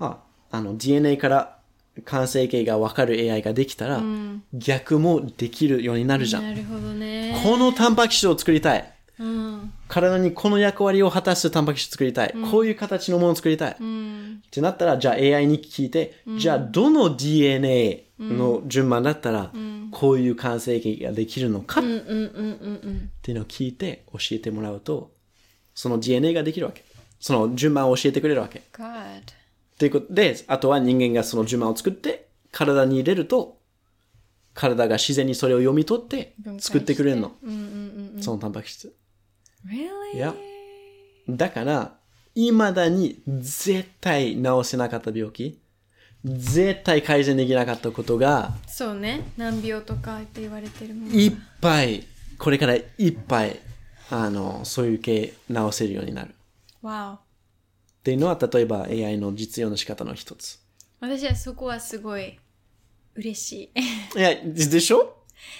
[SPEAKER 2] ああの DNA から完成形がわかる AI ができたら、
[SPEAKER 1] うん。
[SPEAKER 2] 逆もできるようになるじゃん。
[SPEAKER 1] なるほどね。
[SPEAKER 2] このタンパク質を作りたい。
[SPEAKER 1] うん
[SPEAKER 2] 体にこの役割を果たすタンパク質作りたい。こういう形のものを作りたい。
[SPEAKER 1] う
[SPEAKER 2] っ
[SPEAKER 1] ん
[SPEAKER 2] てなったら、じゃあ AI に聞いて、じゃあどの DNA の順番だったら、こういう完成形ができるのかっ
[SPEAKER 1] うんうんうんうん
[SPEAKER 2] ていうのを聞いて教えてもらうと、その DNA ができるわけ。その順番を教えてくれるわけ。
[SPEAKER 1] God
[SPEAKER 2] ということで、あとは人間がその順番を作って、体に入れると、体が自然にそれを読み取って
[SPEAKER 1] 分、解して
[SPEAKER 2] 作ってくれるの。
[SPEAKER 1] うんうん
[SPEAKER 2] そのタンパク質。
[SPEAKER 1] うん Really?
[SPEAKER 2] いやだから、未だに絶対治せなかった病気、絶対改善できなかったことが、
[SPEAKER 1] そうね難病とかって言われてるもん
[SPEAKER 2] いっぱい、これからいっぱい、あの、そういう系治せるようになる。っ
[SPEAKER 1] Wow
[SPEAKER 2] ていうのは、例えば AI の実用の仕方の一つ。
[SPEAKER 1] 私はそこはすごい嬉しい [LAUGHS]
[SPEAKER 2] いや、でしょ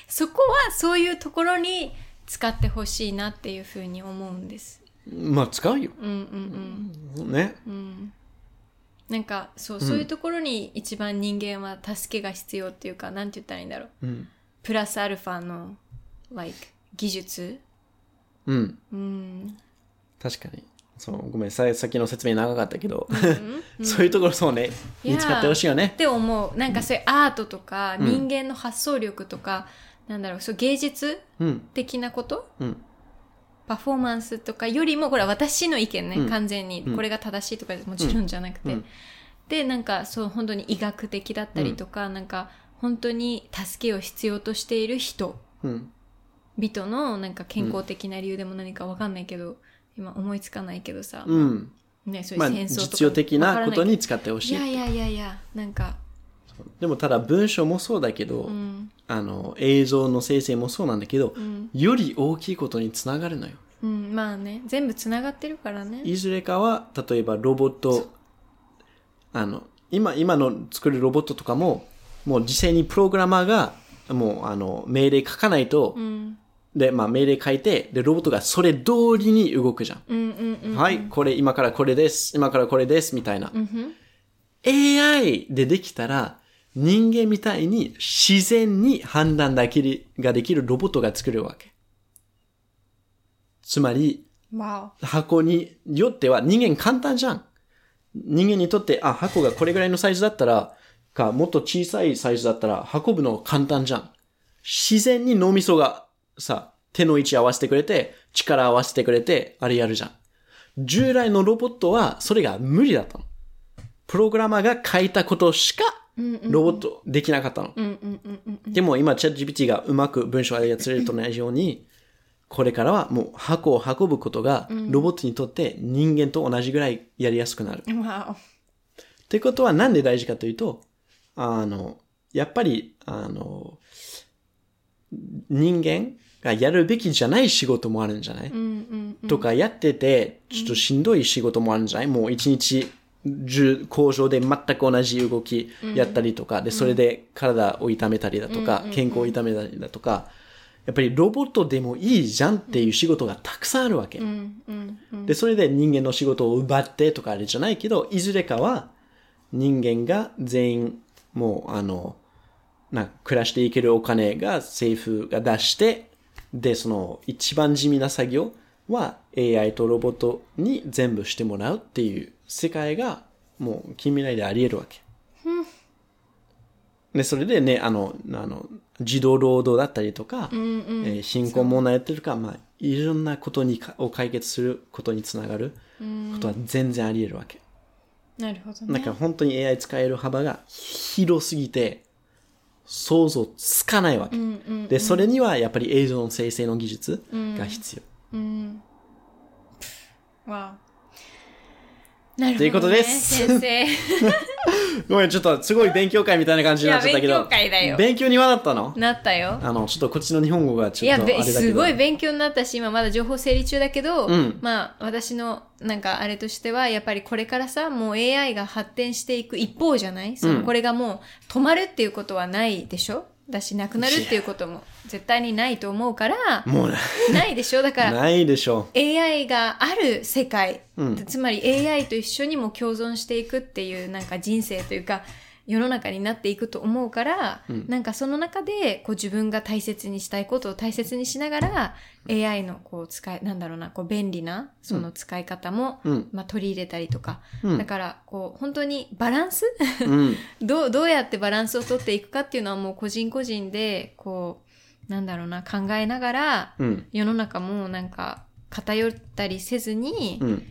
[SPEAKER 1] そこはそういうところに使ってほしいなっていうふうに思うんです
[SPEAKER 2] まあ、使うよ。
[SPEAKER 1] うんうんうん
[SPEAKER 2] ね。
[SPEAKER 1] なんかそう,、そういうところに一番人間は助けが必要っていうかなんて言ったらいいんだろう、
[SPEAKER 2] うん
[SPEAKER 1] プラスアルファの like 技術
[SPEAKER 2] うん。
[SPEAKER 1] うん
[SPEAKER 2] 確かに。そう、ごめん、ささっきの説明長かったけど、 [LAUGHS] そういうところそうね、
[SPEAKER 1] いや
[SPEAKER 2] 見つかってほしいよね
[SPEAKER 1] っ。て思うなんかそういうアートとか人間の発想力とか、なんだろうそう芸術
[SPEAKER 2] うん、
[SPEAKER 1] 的なこと
[SPEAKER 2] うん、
[SPEAKER 1] パフォーマンスとかよりもこれは私の意見ね、
[SPEAKER 2] うん
[SPEAKER 1] 完全に
[SPEAKER 2] ん
[SPEAKER 1] これが正しいとかもちろんじゃなくて、
[SPEAKER 2] うん
[SPEAKER 1] でなんかそう本当に医学的だったりとか、なんか本当に助けを必要としている人
[SPEAKER 2] うん、
[SPEAKER 1] 美とのなんか健康的な理由でも何かわかんないけど、今思いつかないけどさ、
[SPEAKER 2] うん。
[SPEAKER 1] ね、そうい
[SPEAKER 2] ま
[SPEAKER 1] う
[SPEAKER 2] あ、
[SPEAKER 1] 戦争とか、
[SPEAKER 2] 実用的なことに使ってほ
[SPEAKER 1] い
[SPEAKER 2] し
[SPEAKER 1] やい
[SPEAKER 2] い。
[SPEAKER 1] やいやいやなんか、
[SPEAKER 2] でもただ文章もそうだけど、
[SPEAKER 1] うん
[SPEAKER 2] あの、映像の生成もそうなんだけど
[SPEAKER 1] う、ん
[SPEAKER 2] より大きいことにつながるのよ。
[SPEAKER 1] うん、まあね全部つながってるからね
[SPEAKER 2] いずれかは、例えばロボット、あの、今、今の作るロボットとかも、もう実際にプログラマーが、もう、あの、命令書かないと、
[SPEAKER 1] うん
[SPEAKER 2] で、まあ、命令書いて、で、ロボットがそれ通りに動くじゃん。
[SPEAKER 1] うんうんうん
[SPEAKER 2] はい、これ、今からこれです、今からこれです、みたいな。
[SPEAKER 1] うんふん
[SPEAKER 2] AI でできたら、人間みたいに自然に判断だけりができるロボットが作るわけ。つまり、
[SPEAKER 1] わ
[SPEAKER 2] 箱によっては人間簡単じゃん。人間にとって、あ、箱がこれぐらいのサイズだったら、か、もっと小さいサイズだったら運ぶの簡単じゃん。自然に脳みそがさ、手の位置合わせてくれて、力合わせてくれて、あれやるじゃん。従来のロボットはそれが無理だったの。プログラマーが書いたことしか
[SPEAKER 1] おうんうん
[SPEAKER 2] ロボットできなかったの。
[SPEAKER 1] うんうんうんうんうん
[SPEAKER 2] でも今、チャット GPT がうまく文章を操れると同じように、これからはもう箱を運ぶことが、ロボットにとって人間と同じぐらいやりやすくなる。
[SPEAKER 1] わ
[SPEAKER 2] ってことはなんで大事かというと、あの、やっぱり、あの、人間がやるべきじゃない仕事もあるんじゃない、
[SPEAKER 1] おうんうんうん
[SPEAKER 2] とかやってて、ちょっとしんどい仕事もあるんじゃないもう一日中工場で全く同じ動きやったりとか、で、それで体を痛めたりだとか、健康を痛めたりだとか、やっぱりロボットでもいいじゃんっていう仕事がたくさんあるわけ。
[SPEAKER 1] うんうんうん
[SPEAKER 2] で、それで人間の仕事を奪ってとかあれじゃないけど、いずれかは人間が全員、もうあの、なんか暮らしていけるお金が政府が出して、で、その一番地味な作業は AI とロボットに全部してもらうっていう世界がもう近未来であり得るわけ。で、それでね、あの、あの、児童労働だったりとか、
[SPEAKER 1] うんうん
[SPEAKER 2] えー貧困問題やってるか、まあ、いろんなことにかを解決することにつながることは全然あり得るわけ。
[SPEAKER 1] なるほどね
[SPEAKER 2] なんか本当に AI 使える幅が広すぎて、想像つかないわけ。
[SPEAKER 1] うんうん
[SPEAKER 2] で、それにはやっぱり映像の生成の技術が必要。
[SPEAKER 1] うんわなるほどね
[SPEAKER 2] ということです
[SPEAKER 1] 先生
[SPEAKER 2] ごめん、ちょっとすごい勉強会みたいな感じになっちゃったけ
[SPEAKER 1] い
[SPEAKER 2] ど。
[SPEAKER 1] や勉強会だよ
[SPEAKER 2] 勉強にはなったの
[SPEAKER 1] なったよ
[SPEAKER 2] あの、ちょっとこっちの日本語が
[SPEAKER 1] い
[SPEAKER 2] ちょっ
[SPEAKER 1] や
[SPEAKER 2] とあれ
[SPEAKER 1] べ
[SPEAKER 2] だけど。
[SPEAKER 1] すごい勉強になったし今まだ情報整理中だけど、
[SPEAKER 2] うん
[SPEAKER 1] まあ私のなんかあれとしてはやっぱりこれからさもう AI が発展していく一方じゃないそのこれがもう止まるっていうことはないでしょだしなくなるっていうことも絶対にないと思うから
[SPEAKER 2] もうな、
[SPEAKER 1] ないでしょだから
[SPEAKER 2] ないでしょ
[SPEAKER 1] AI がある世界、
[SPEAKER 2] うん
[SPEAKER 1] つまり AI と一緒にも共存していくっていうなんか人生というか世の中になっていくと思うから、なんかその中でこう自分が大切にしたいことを大切にしながら AI のこう使いなんだろうなこう便利なその使い方も、
[SPEAKER 2] うん
[SPEAKER 1] まあ、取り入れたりとか、
[SPEAKER 2] うん
[SPEAKER 1] だからこう本当にバランス
[SPEAKER 2] う。うん。
[SPEAKER 1] [LAUGHS] どうどうやってバランスを取っていくかっていうのはもう個人個人でこうなんだろうな考えながら
[SPEAKER 2] うん。
[SPEAKER 1] 世の中もなんか偏ったりせずに、
[SPEAKER 2] うん。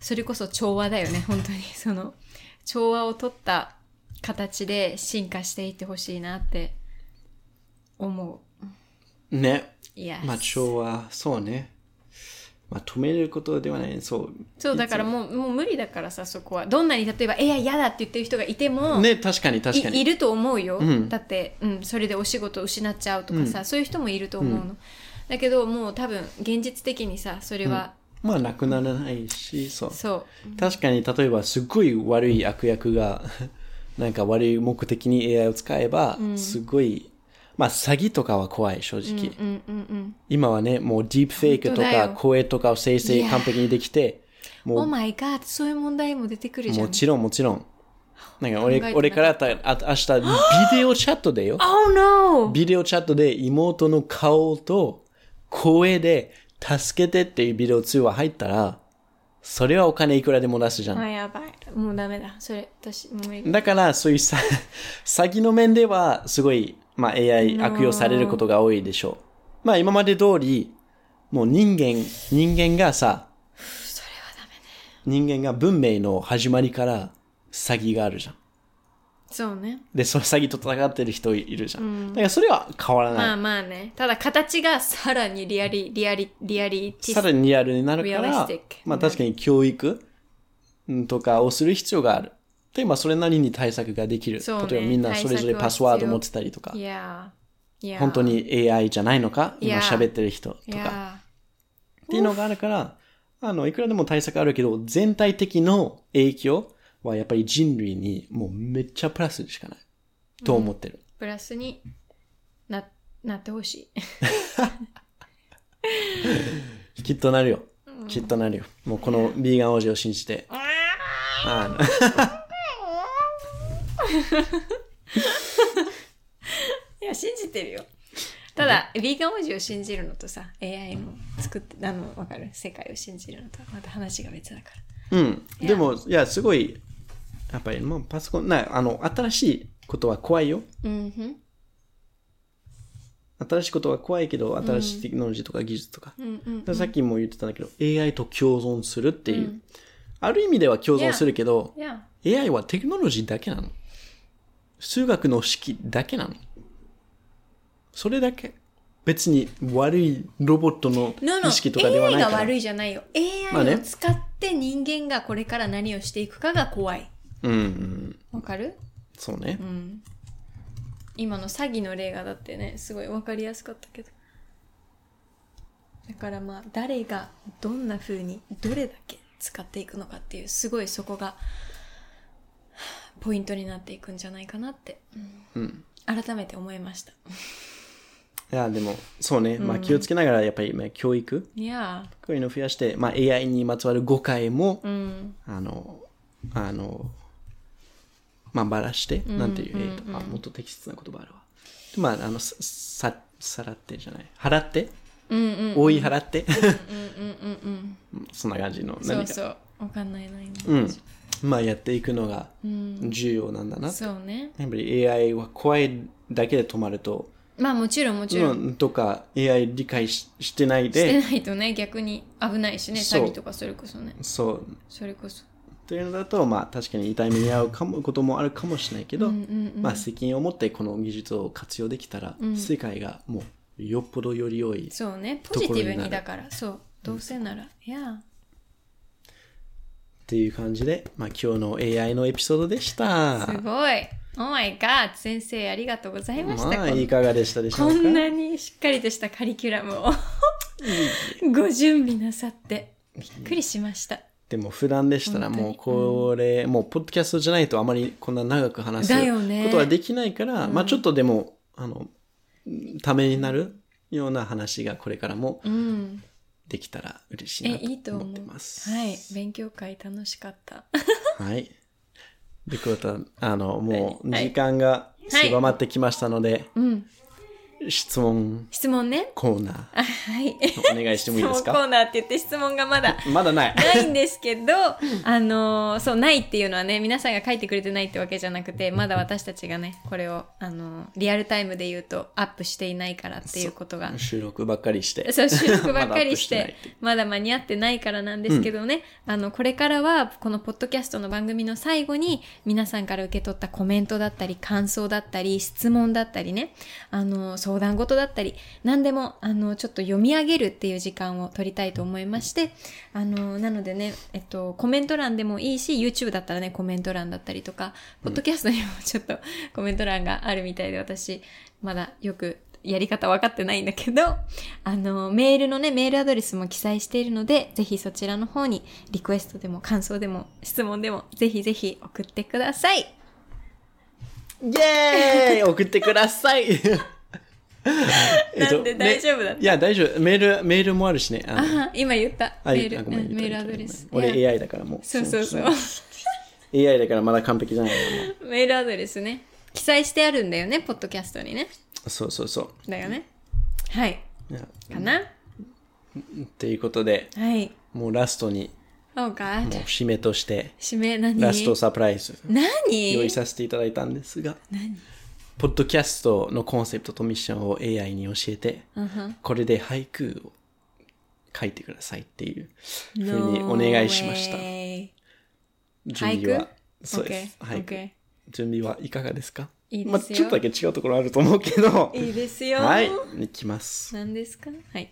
[SPEAKER 1] それこそ調和だよね [LAUGHS] 本当にその調和を取った形で進化していってほしいなって思う
[SPEAKER 2] ね。
[SPEAKER 1] いや、
[SPEAKER 2] まあ、調和、そうね。まあ、止めることではない。そう。
[SPEAKER 1] そうだからもうもう無理だからさそこはどんなに例えば「えや嫌だ」って言ってる人がいても、
[SPEAKER 2] ね、確かに確か
[SPEAKER 1] いい
[SPEAKER 2] に。
[SPEAKER 1] ると思うよ、
[SPEAKER 2] うん
[SPEAKER 1] だって、うん、それでお仕事を失っちゃうとかさ、そういう人もいると思うの、だけどもう多分現実的にさそれは、
[SPEAKER 2] まあ、なくならないし、そう。
[SPEAKER 1] そう
[SPEAKER 2] 確かに、例えば、すっごい悪い悪役が、 [LAUGHS] なんか悪い目的に AI を使えば、すごい、まあ、詐欺とかは怖い、正直。
[SPEAKER 1] うんうんうん
[SPEAKER 2] 今はね、もうディープフェイクと
[SPEAKER 1] 本当だ
[SPEAKER 2] か、
[SPEAKER 1] よ
[SPEAKER 2] 声とかを生成完璧にできて、
[SPEAKER 1] オ
[SPEAKER 2] も
[SPEAKER 1] ーマイガーそういう問題も出てくる
[SPEAKER 2] う、
[SPEAKER 1] じゃ
[SPEAKER 2] も
[SPEAKER 1] ん
[SPEAKER 2] ちろん、もちろん。なんか
[SPEAKER 1] 考えてなかっ
[SPEAKER 2] 俺、
[SPEAKER 1] た
[SPEAKER 2] 俺からた、あ明日、ビデオチャットでよ。
[SPEAKER 1] Oh no!
[SPEAKER 2] ビデオチャットで妹の顔と声で助けてっていうビデオ通話入ったら、それはお金いくらでも出すじゃん。
[SPEAKER 1] あ、やばい。もうダメだ。それ、私、もう無理。
[SPEAKER 2] だから、そういうさ、 [LAUGHS] 詐欺の面では、すごい、まあ AI
[SPEAKER 1] うん
[SPEAKER 2] 悪用されることが多いでしょう。まあ今まで通り、もう人間、人間がさ、人間が文明の始まりから詐欺があるじゃん。
[SPEAKER 1] そうね。
[SPEAKER 2] で、そう詐欺と戦ってる人いるじゃん。
[SPEAKER 1] うん
[SPEAKER 2] だからそれは変わらない。
[SPEAKER 1] まあまあね。ただ形がさらにリアリ、リアリ、リアリティス
[SPEAKER 2] さらにリアルになるか
[SPEAKER 1] realistic にな
[SPEAKER 2] ら
[SPEAKER 1] る、
[SPEAKER 2] まあ確かに教育うんとかをする必要がある。で、まあそれなりに対策ができる。
[SPEAKER 1] そうね
[SPEAKER 2] 例えばみんなそれぞれパスワード持ってたりとか
[SPEAKER 1] い、やー。いやー
[SPEAKER 2] 本当。に AI じゃないのか、
[SPEAKER 1] いや
[SPEAKER 2] 今喋ってる人
[SPEAKER 1] い
[SPEAKER 2] とか、
[SPEAKER 1] や
[SPEAKER 2] っていうのがあるから、あの、いくらでも対策あるけど、全体的の影響はやっぱり人類にもうめっちゃプラスしかない。と思ってる。
[SPEAKER 1] ープラスにな、なってほ
[SPEAKER 2] [LAUGHS]
[SPEAKER 1] しい。
[SPEAKER 2] きっとなるよ。きっとなるよ。もうこのビーガン王子を信じて。あの
[SPEAKER 1] いや、信じてるよ。ただ、ヴィーガン王子を信じるのとさ、AI の作って、あの、わかる世界を信じるのとはまた話が別だから。
[SPEAKER 2] うん。
[SPEAKER 1] いや
[SPEAKER 2] でも、いや、すごい、やっぱり、もうパソコン、な、あの、新しいことは怖いよ。
[SPEAKER 1] うんふん。
[SPEAKER 2] 新しいことは怖いけど、新しいテクノロジーとか技術とか。
[SPEAKER 1] うんうん
[SPEAKER 2] だからさっきも言ってたんだけど、AI と共存するっていう。ある意味では共存するけど、
[SPEAKER 1] いや、
[SPEAKER 2] AI はテクノロジーだけなの。数学の式だけなの。それだけ。別に悪いロボットの
[SPEAKER 1] No, no.
[SPEAKER 2] 意識とかではな
[SPEAKER 1] AI
[SPEAKER 2] いから。
[SPEAKER 1] が悪いじゃないよ。
[SPEAKER 2] まあ
[SPEAKER 1] AI
[SPEAKER 2] ね
[SPEAKER 1] を使って人間がこれから何をしていくかが怖い。
[SPEAKER 2] うんうん。
[SPEAKER 1] わかる
[SPEAKER 2] そうね。
[SPEAKER 1] うん。今の詐欺の例がだってね、すごいわかりやすかったけど。だからまあ、誰がどんな風に、どれだけ使っていくのかっていう、すごいそこが、はあポイントになっていくんじゃないかなって、
[SPEAKER 2] うん。
[SPEAKER 1] 改めて思いました。
[SPEAKER 2] いや、でも、そうね。まあ気をつけながら、やっぱり、まあ、教育、
[SPEAKER 1] いや
[SPEAKER 2] こういうのを増やして、まあ AI にまつわる誤解も
[SPEAKER 1] ー、、うん。
[SPEAKER 2] あの、あの、まあばらして、なんていう、えーとあ、もっと適切な言葉あるわ。でまあ、あの、さ、ささらってじゃない。払って
[SPEAKER 1] うんうん。
[SPEAKER 2] 追い払って。
[SPEAKER 1] うんうんうんうん。
[SPEAKER 2] そんな感じの
[SPEAKER 1] そう
[SPEAKER 2] 何か。
[SPEAKER 1] そう。わかんないな、今。
[SPEAKER 2] うん。まあやっていくのが
[SPEAKER 1] うん
[SPEAKER 2] 重要なんだな。
[SPEAKER 1] そうね。
[SPEAKER 2] やっぱり AI は怖いだけで止まると、
[SPEAKER 1] まあもちろんもちろん。
[SPEAKER 2] うん、とか AI 理解ししてない
[SPEAKER 1] して
[SPEAKER 2] で、
[SPEAKER 1] ないと
[SPEAKER 2] [LAUGHS]
[SPEAKER 1] ね、逆に危ないしね、
[SPEAKER 2] そう
[SPEAKER 1] 詐欺とかそれこそね。
[SPEAKER 2] そう、
[SPEAKER 1] それこそ。
[SPEAKER 2] というのだと、まあ、確かに痛い目に遭うかもこともあるかもしれないけど、
[SPEAKER 1] うんうんうん
[SPEAKER 2] まあ、責任を持ってこの技術を活用できたら、世界がもうよっぽどより良い
[SPEAKER 1] そうね、ポジティブ
[SPEAKER 2] ところにな
[SPEAKER 1] に
[SPEAKER 2] る
[SPEAKER 1] だから、そう。どうせなら。いや
[SPEAKER 2] っていう感じで、まあ、今日の AI のエピソードでした。
[SPEAKER 1] ー、すごい。Oh my god! 先生、ありがとうございました。
[SPEAKER 2] まあ、
[SPEAKER 1] こん
[SPEAKER 2] いかがでしたでしょう
[SPEAKER 1] こ
[SPEAKER 2] か
[SPEAKER 1] んなにしっかりとしたカリキュラムをご準備なさって、びっくりしました。
[SPEAKER 2] でも普段でしたらもうこれ、もうポッドキャストじゃないとあまりこんな長く話す
[SPEAKER 1] だよね
[SPEAKER 2] ことはできないから、まあちょっとでも、あの、ためになるような話がこれからも
[SPEAKER 1] うん。
[SPEAKER 2] できたら嬉しい
[SPEAKER 1] え、
[SPEAKER 2] ない
[SPEAKER 1] い
[SPEAKER 2] と
[SPEAKER 1] と
[SPEAKER 2] 思っ
[SPEAKER 1] 思
[SPEAKER 2] て
[SPEAKER 1] う。
[SPEAKER 2] ます。
[SPEAKER 1] はい。勉強会楽しかった。
[SPEAKER 2] はい。で、こうた、あの、もう
[SPEAKER 1] はい
[SPEAKER 2] 時間が狭まってきましたので、
[SPEAKER 1] うん。
[SPEAKER 2] 質問
[SPEAKER 1] 質問ね。
[SPEAKER 2] コーナ
[SPEAKER 1] あはい。
[SPEAKER 2] ーお願いしてもいいです
[SPEAKER 1] 質問コ
[SPEAKER 2] か
[SPEAKER 1] ーナーって言って質問がまだ。
[SPEAKER 2] ま
[SPEAKER 1] [LAUGHS]
[SPEAKER 2] だない。
[SPEAKER 1] ないんですけど、あのーそう、ないっていうのはね、皆さんが書いてくれてないってわけじゃなくて、まだ私たちがね、これを、あのーリアルタイムで言うと、アップしていないからっていうことが、
[SPEAKER 2] 収録ばっかりして。
[SPEAKER 1] [LAUGHS] そう、収録ばっかりし
[SPEAKER 2] まだアップ
[SPEAKER 1] て
[SPEAKER 2] ない、
[SPEAKER 1] まだ間に合ってないからなんですけどね、あの、これからは、このポッドキャストの番組の最後に、皆さんから受け取ったコメントだったり、感想だったり、質問だったりね、あの、相談事だったり、何でも、あの、ちょっと読み上げるっていう時間を取りたいと思いまして、あの、なのでね、えっと、コメント欄でもいいし、YouTube だったらね、コメント欄だったりとか、ポッドキャストにもちょっとコメント欄があるみたいで、私、まだよくやり方分かってないんだけど、 [LAUGHS] あの、メールのね、メールアドレスも記載しているので、ぜひそちらの方にリクエストでも感想でも質問でも、ぜひぜひ送ってください。
[SPEAKER 2] イエーイ送ってくださ
[SPEAKER 1] [LAUGHS]
[SPEAKER 2] い
[SPEAKER 1] なんで大丈夫だった
[SPEAKER 2] えっとめいや、大丈夫。メール、メールもあるしね。あの
[SPEAKER 1] あ、今言った。
[SPEAKER 2] あ
[SPEAKER 1] メール、
[SPEAKER 2] あ
[SPEAKER 1] う
[SPEAKER 2] ごめん
[SPEAKER 1] んメールア
[SPEAKER 2] 言っ
[SPEAKER 1] ド
[SPEAKER 2] た
[SPEAKER 1] レス。
[SPEAKER 2] ごめん俺 AI だからもう。
[SPEAKER 1] そうそうそう。
[SPEAKER 2] AI だからまだ完璧じゃないのも
[SPEAKER 1] [LAUGHS] メールアドレスね。記載してあるんだよね、ポッドキャストにね。
[SPEAKER 2] うそうそうそ
[SPEAKER 1] だよね。はい。
[SPEAKER 2] う。いや
[SPEAKER 1] かな
[SPEAKER 2] ということで、
[SPEAKER 1] はい。
[SPEAKER 2] もうラストに、
[SPEAKER 1] そうか。
[SPEAKER 2] もう締めとして、
[SPEAKER 1] 締め何
[SPEAKER 2] ラストサプライズ用意
[SPEAKER 1] 何
[SPEAKER 2] させていただいたんですが、ポッドキャストのコンセプトとミッションを AI に教えて、これで俳句を書いてくださいっていうふうにお願いしました。
[SPEAKER 1] No way
[SPEAKER 2] 準備
[SPEAKER 1] 俳
[SPEAKER 2] は
[SPEAKER 1] 句。
[SPEAKER 2] そうです。
[SPEAKER 1] OK。
[SPEAKER 2] 俳句
[SPEAKER 1] OK。
[SPEAKER 2] 準備はいかがですか
[SPEAKER 1] いい
[SPEAKER 2] まあ、
[SPEAKER 1] です
[SPEAKER 2] ちょ
[SPEAKER 1] よ
[SPEAKER 2] っとだけ違うところあると思うけど。
[SPEAKER 1] いいですよ。
[SPEAKER 2] はい。いきます。
[SPEAKER 1] 何ですかはい。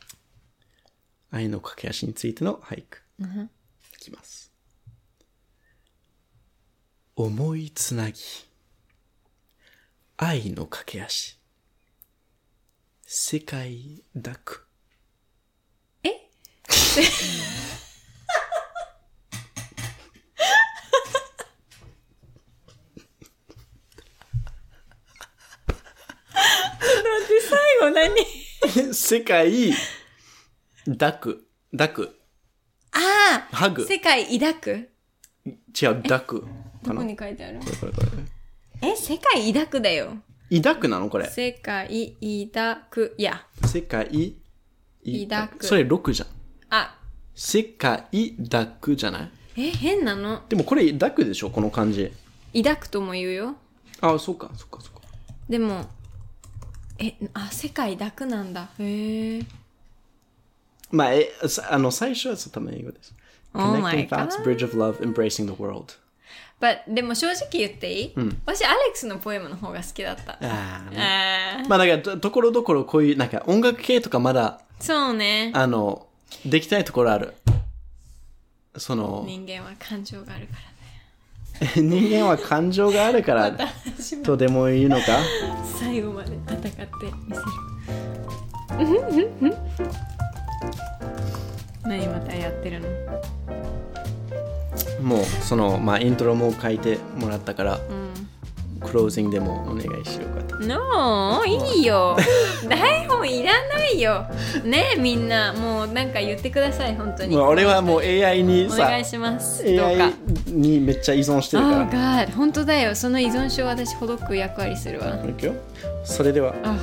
[SPEAKER 2] 愛の駆け足についての俳句。
[SPEAKER 1] うん
[SPEAKER 2] いきます。思いつなぎ。愛の駆け足。世界抱
[SPEAKER 1] [LAUGHS]
[SPEAKER 2] く。
[SPEAKER 1] えなんで最後何
[SPEAKER 2] 世界抱く。抱く。
[SPEAKER 1] ああ
[SPEAKER 2] ハグ。違
[SPEAKER 1] 世界抱く
[SPEAKER 2] う、抱く。か
[SPEAKER 1] どこ
[SPEAKER 2] な。こ
[SPEAKER 1] に書いてある
[SPEAKER 2] れこれこ
[SPEAKER 1] え、世界抱くだよ。
[SPEAKER 2] れ。抱くなのこれ。
[SPEAKER 1] 世界抱く。いや。
[SPEAKER 2] 世界
[SPEAKER 1] 抱く
[SPEAKER 2] それ6じゃん。
[SPEAKER 1] あ、
[SPEAKER 2] 世界抱くじゃない
[SPEAKER 1] え、変なの。
[SPEAKER 2] でもこれ抱くでしょこの漢字。
[SPEAKER 1] 抱くとも言うよ。
[SPEAKER 2] あ、そうか、そうか、そうか。
[SPEAKER 1] でも、え、あ、世界抱くなんだ。へえ。
[SPEAKER 2] まあ、え、さあの、最初はそう、多分英語です。
[SPEAKER 1] Oh my
[SPEAKER 2] Connecting thoughts, bridge of love, embracing the world.
[SPEAKER 1] But でも正直言っていい、私アレックスのポエムの方が好きだった。
[SPEAKER 2] ああ、ね。
[SPEAKER 1] あー
[SPEAKER 2] まあ、だから、とところどころこういう、なんか音楽系とかまだ、
[SPEAKER 1] そうね。
[SPEAKER 2] あの、できたいところある。その、
[SPEAKER 1] 人間は感情があるか
[SPEAKER 2] 人間は感情があるから、
[SPEAKER 1] ら。 [LAUGHS] 私も
[SPEAKER 2] とでも言うのか
[SPEAKER 1] 最後まで戦ってみせる。 [LAUGHS] 何またやってるの
[SPEAKER 2] もう、その、まあ、イントロも書いてもらったから、
[SPEAKER 1] う
[SPEAKER 2] クロージングでもお願いしようかと。
[SPEAKER 1] ん。No! いい [LAUGHS] よ台本いらないよねえみんな、もうなんか言ってください、本当に。
[SPEAKER 2] まあ、俺はもう AI に
[SPEAKER 1] お
[SPEAKER 2] さ、
[SPEAKER 1] 願いします。どうか
[SPEAKER 2] AI。にめっちゃ依存してるから。
[SPEAKER 1] Oh God 本当だよ。その依存症私ほどく役割するわ。
[SPEAKER 2] いくよそれでは
[SPEAKER 1] あ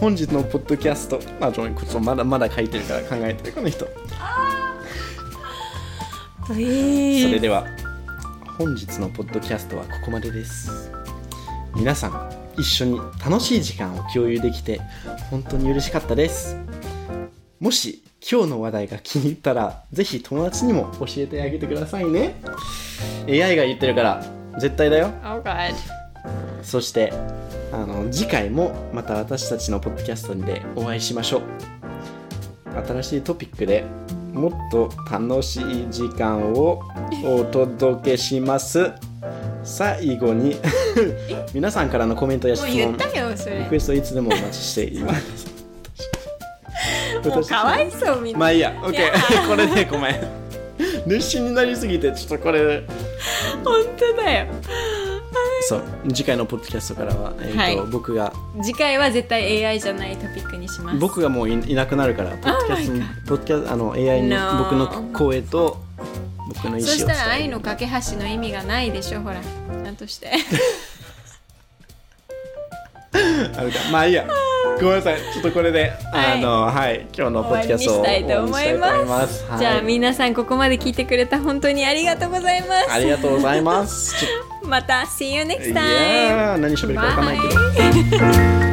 [SPEAKER 2] 本日のポッドキャストまあちょっとまだまだ書いてるから考えてるこの人そ
[SPEAKER 1] そ
[SPEAKER 2] れ
[SPEAKER 1] れ
[SPEAKER 2] では本日のポッドキャストはここまでです皆さん一緒に楽しい時間を共有できて本当に嬉しかったですもし今日の話題が気に入ったらぜひ友達にも教えてあげてくださいね AI が言ってるから絶対だよ
[SPEAKER 1] Oh God
[SPEAKER 2] そしてあの次回もまた私たちのポッドキャストでお会いしましょう新しいトピックでもっと楽しい時間をお届けします最後に皆さんからのコメントや質
[SPEAKER 1] もう言
[SPEAKER 2] 問
[SPEAKER 1] ったよそ
[SPEAKER 2] リ
[SPEAKER 1] れ
[SPEAKER 2] クエストいつでもお待ちしています
[SPEAKER 1] [LAUGHS] もうかわいそうみん
[SPEAKER 2] ま
[SPEAKER 1] な
[SPEAKER 2] あいいや
[SPEAKER 1] いや
[SPEAKER 2] OK [LAUGHS] これでごめん熱心になりすぎてちょっとこれ
[SPEAKER 1] 本当だよ
[SPEAKER 2] そう次回のポッドキャストからは、えーと
[SPEAKER 1] はい
[SPEAKER 2] 僕が
[SPEAKER 1] 次回は絶対 AI じゃないトピックにします
[SPEAKER 2] 僕がもういいなくなるから、ポッドキャストに、ポッドキャスト、あの、AI に
[SPEAKER 1] No
[SPEAKER 2] 僕の声と、僕の意思を伝える
[SPEAKER 1] そしたら愛の架け橋の意味がないでしょほらちゃんとして
[SPEAKER 2] あるか。まあいいや。ごめんなさい。ちょっとこれで、
[SPEAKER 1] はい
[SPEAKER 2] あの、はい、今日のポ
[SPEAKER 1] [LAUGHS] 終わり
[SPEAKER 2] ッドキャ
[SPEAKER 1] に
[SPEAKER 2] スト
[SPEAKER 1] し
[SPEAKER 2] を終
[SPEAKER 1] た
[SPEAKER 2] わり
[SPEAKER 1] い
[SPEAKER 2] に
[SPEAKER 1] と思います
[SPEAKER 2] したいと思います
[SPEAKER 1] じゃあ
[SPEAKER 2] はい
[SPEAKER 1] 皆さんここまで聞いてくれた本当にありがとうございま
[SPEAKER 2] ありがとうございます。ちょっ
[SPEAKER 1] すまた See you
[SPEAKER 2] と
[SPEAKER 1] next time
[SPEAKER 2] い
[SPEAKER 1] [LAUGHS]
[SPEAKER 2] やー何喋るかわかんないけど。
[SPEAKER 1] Bye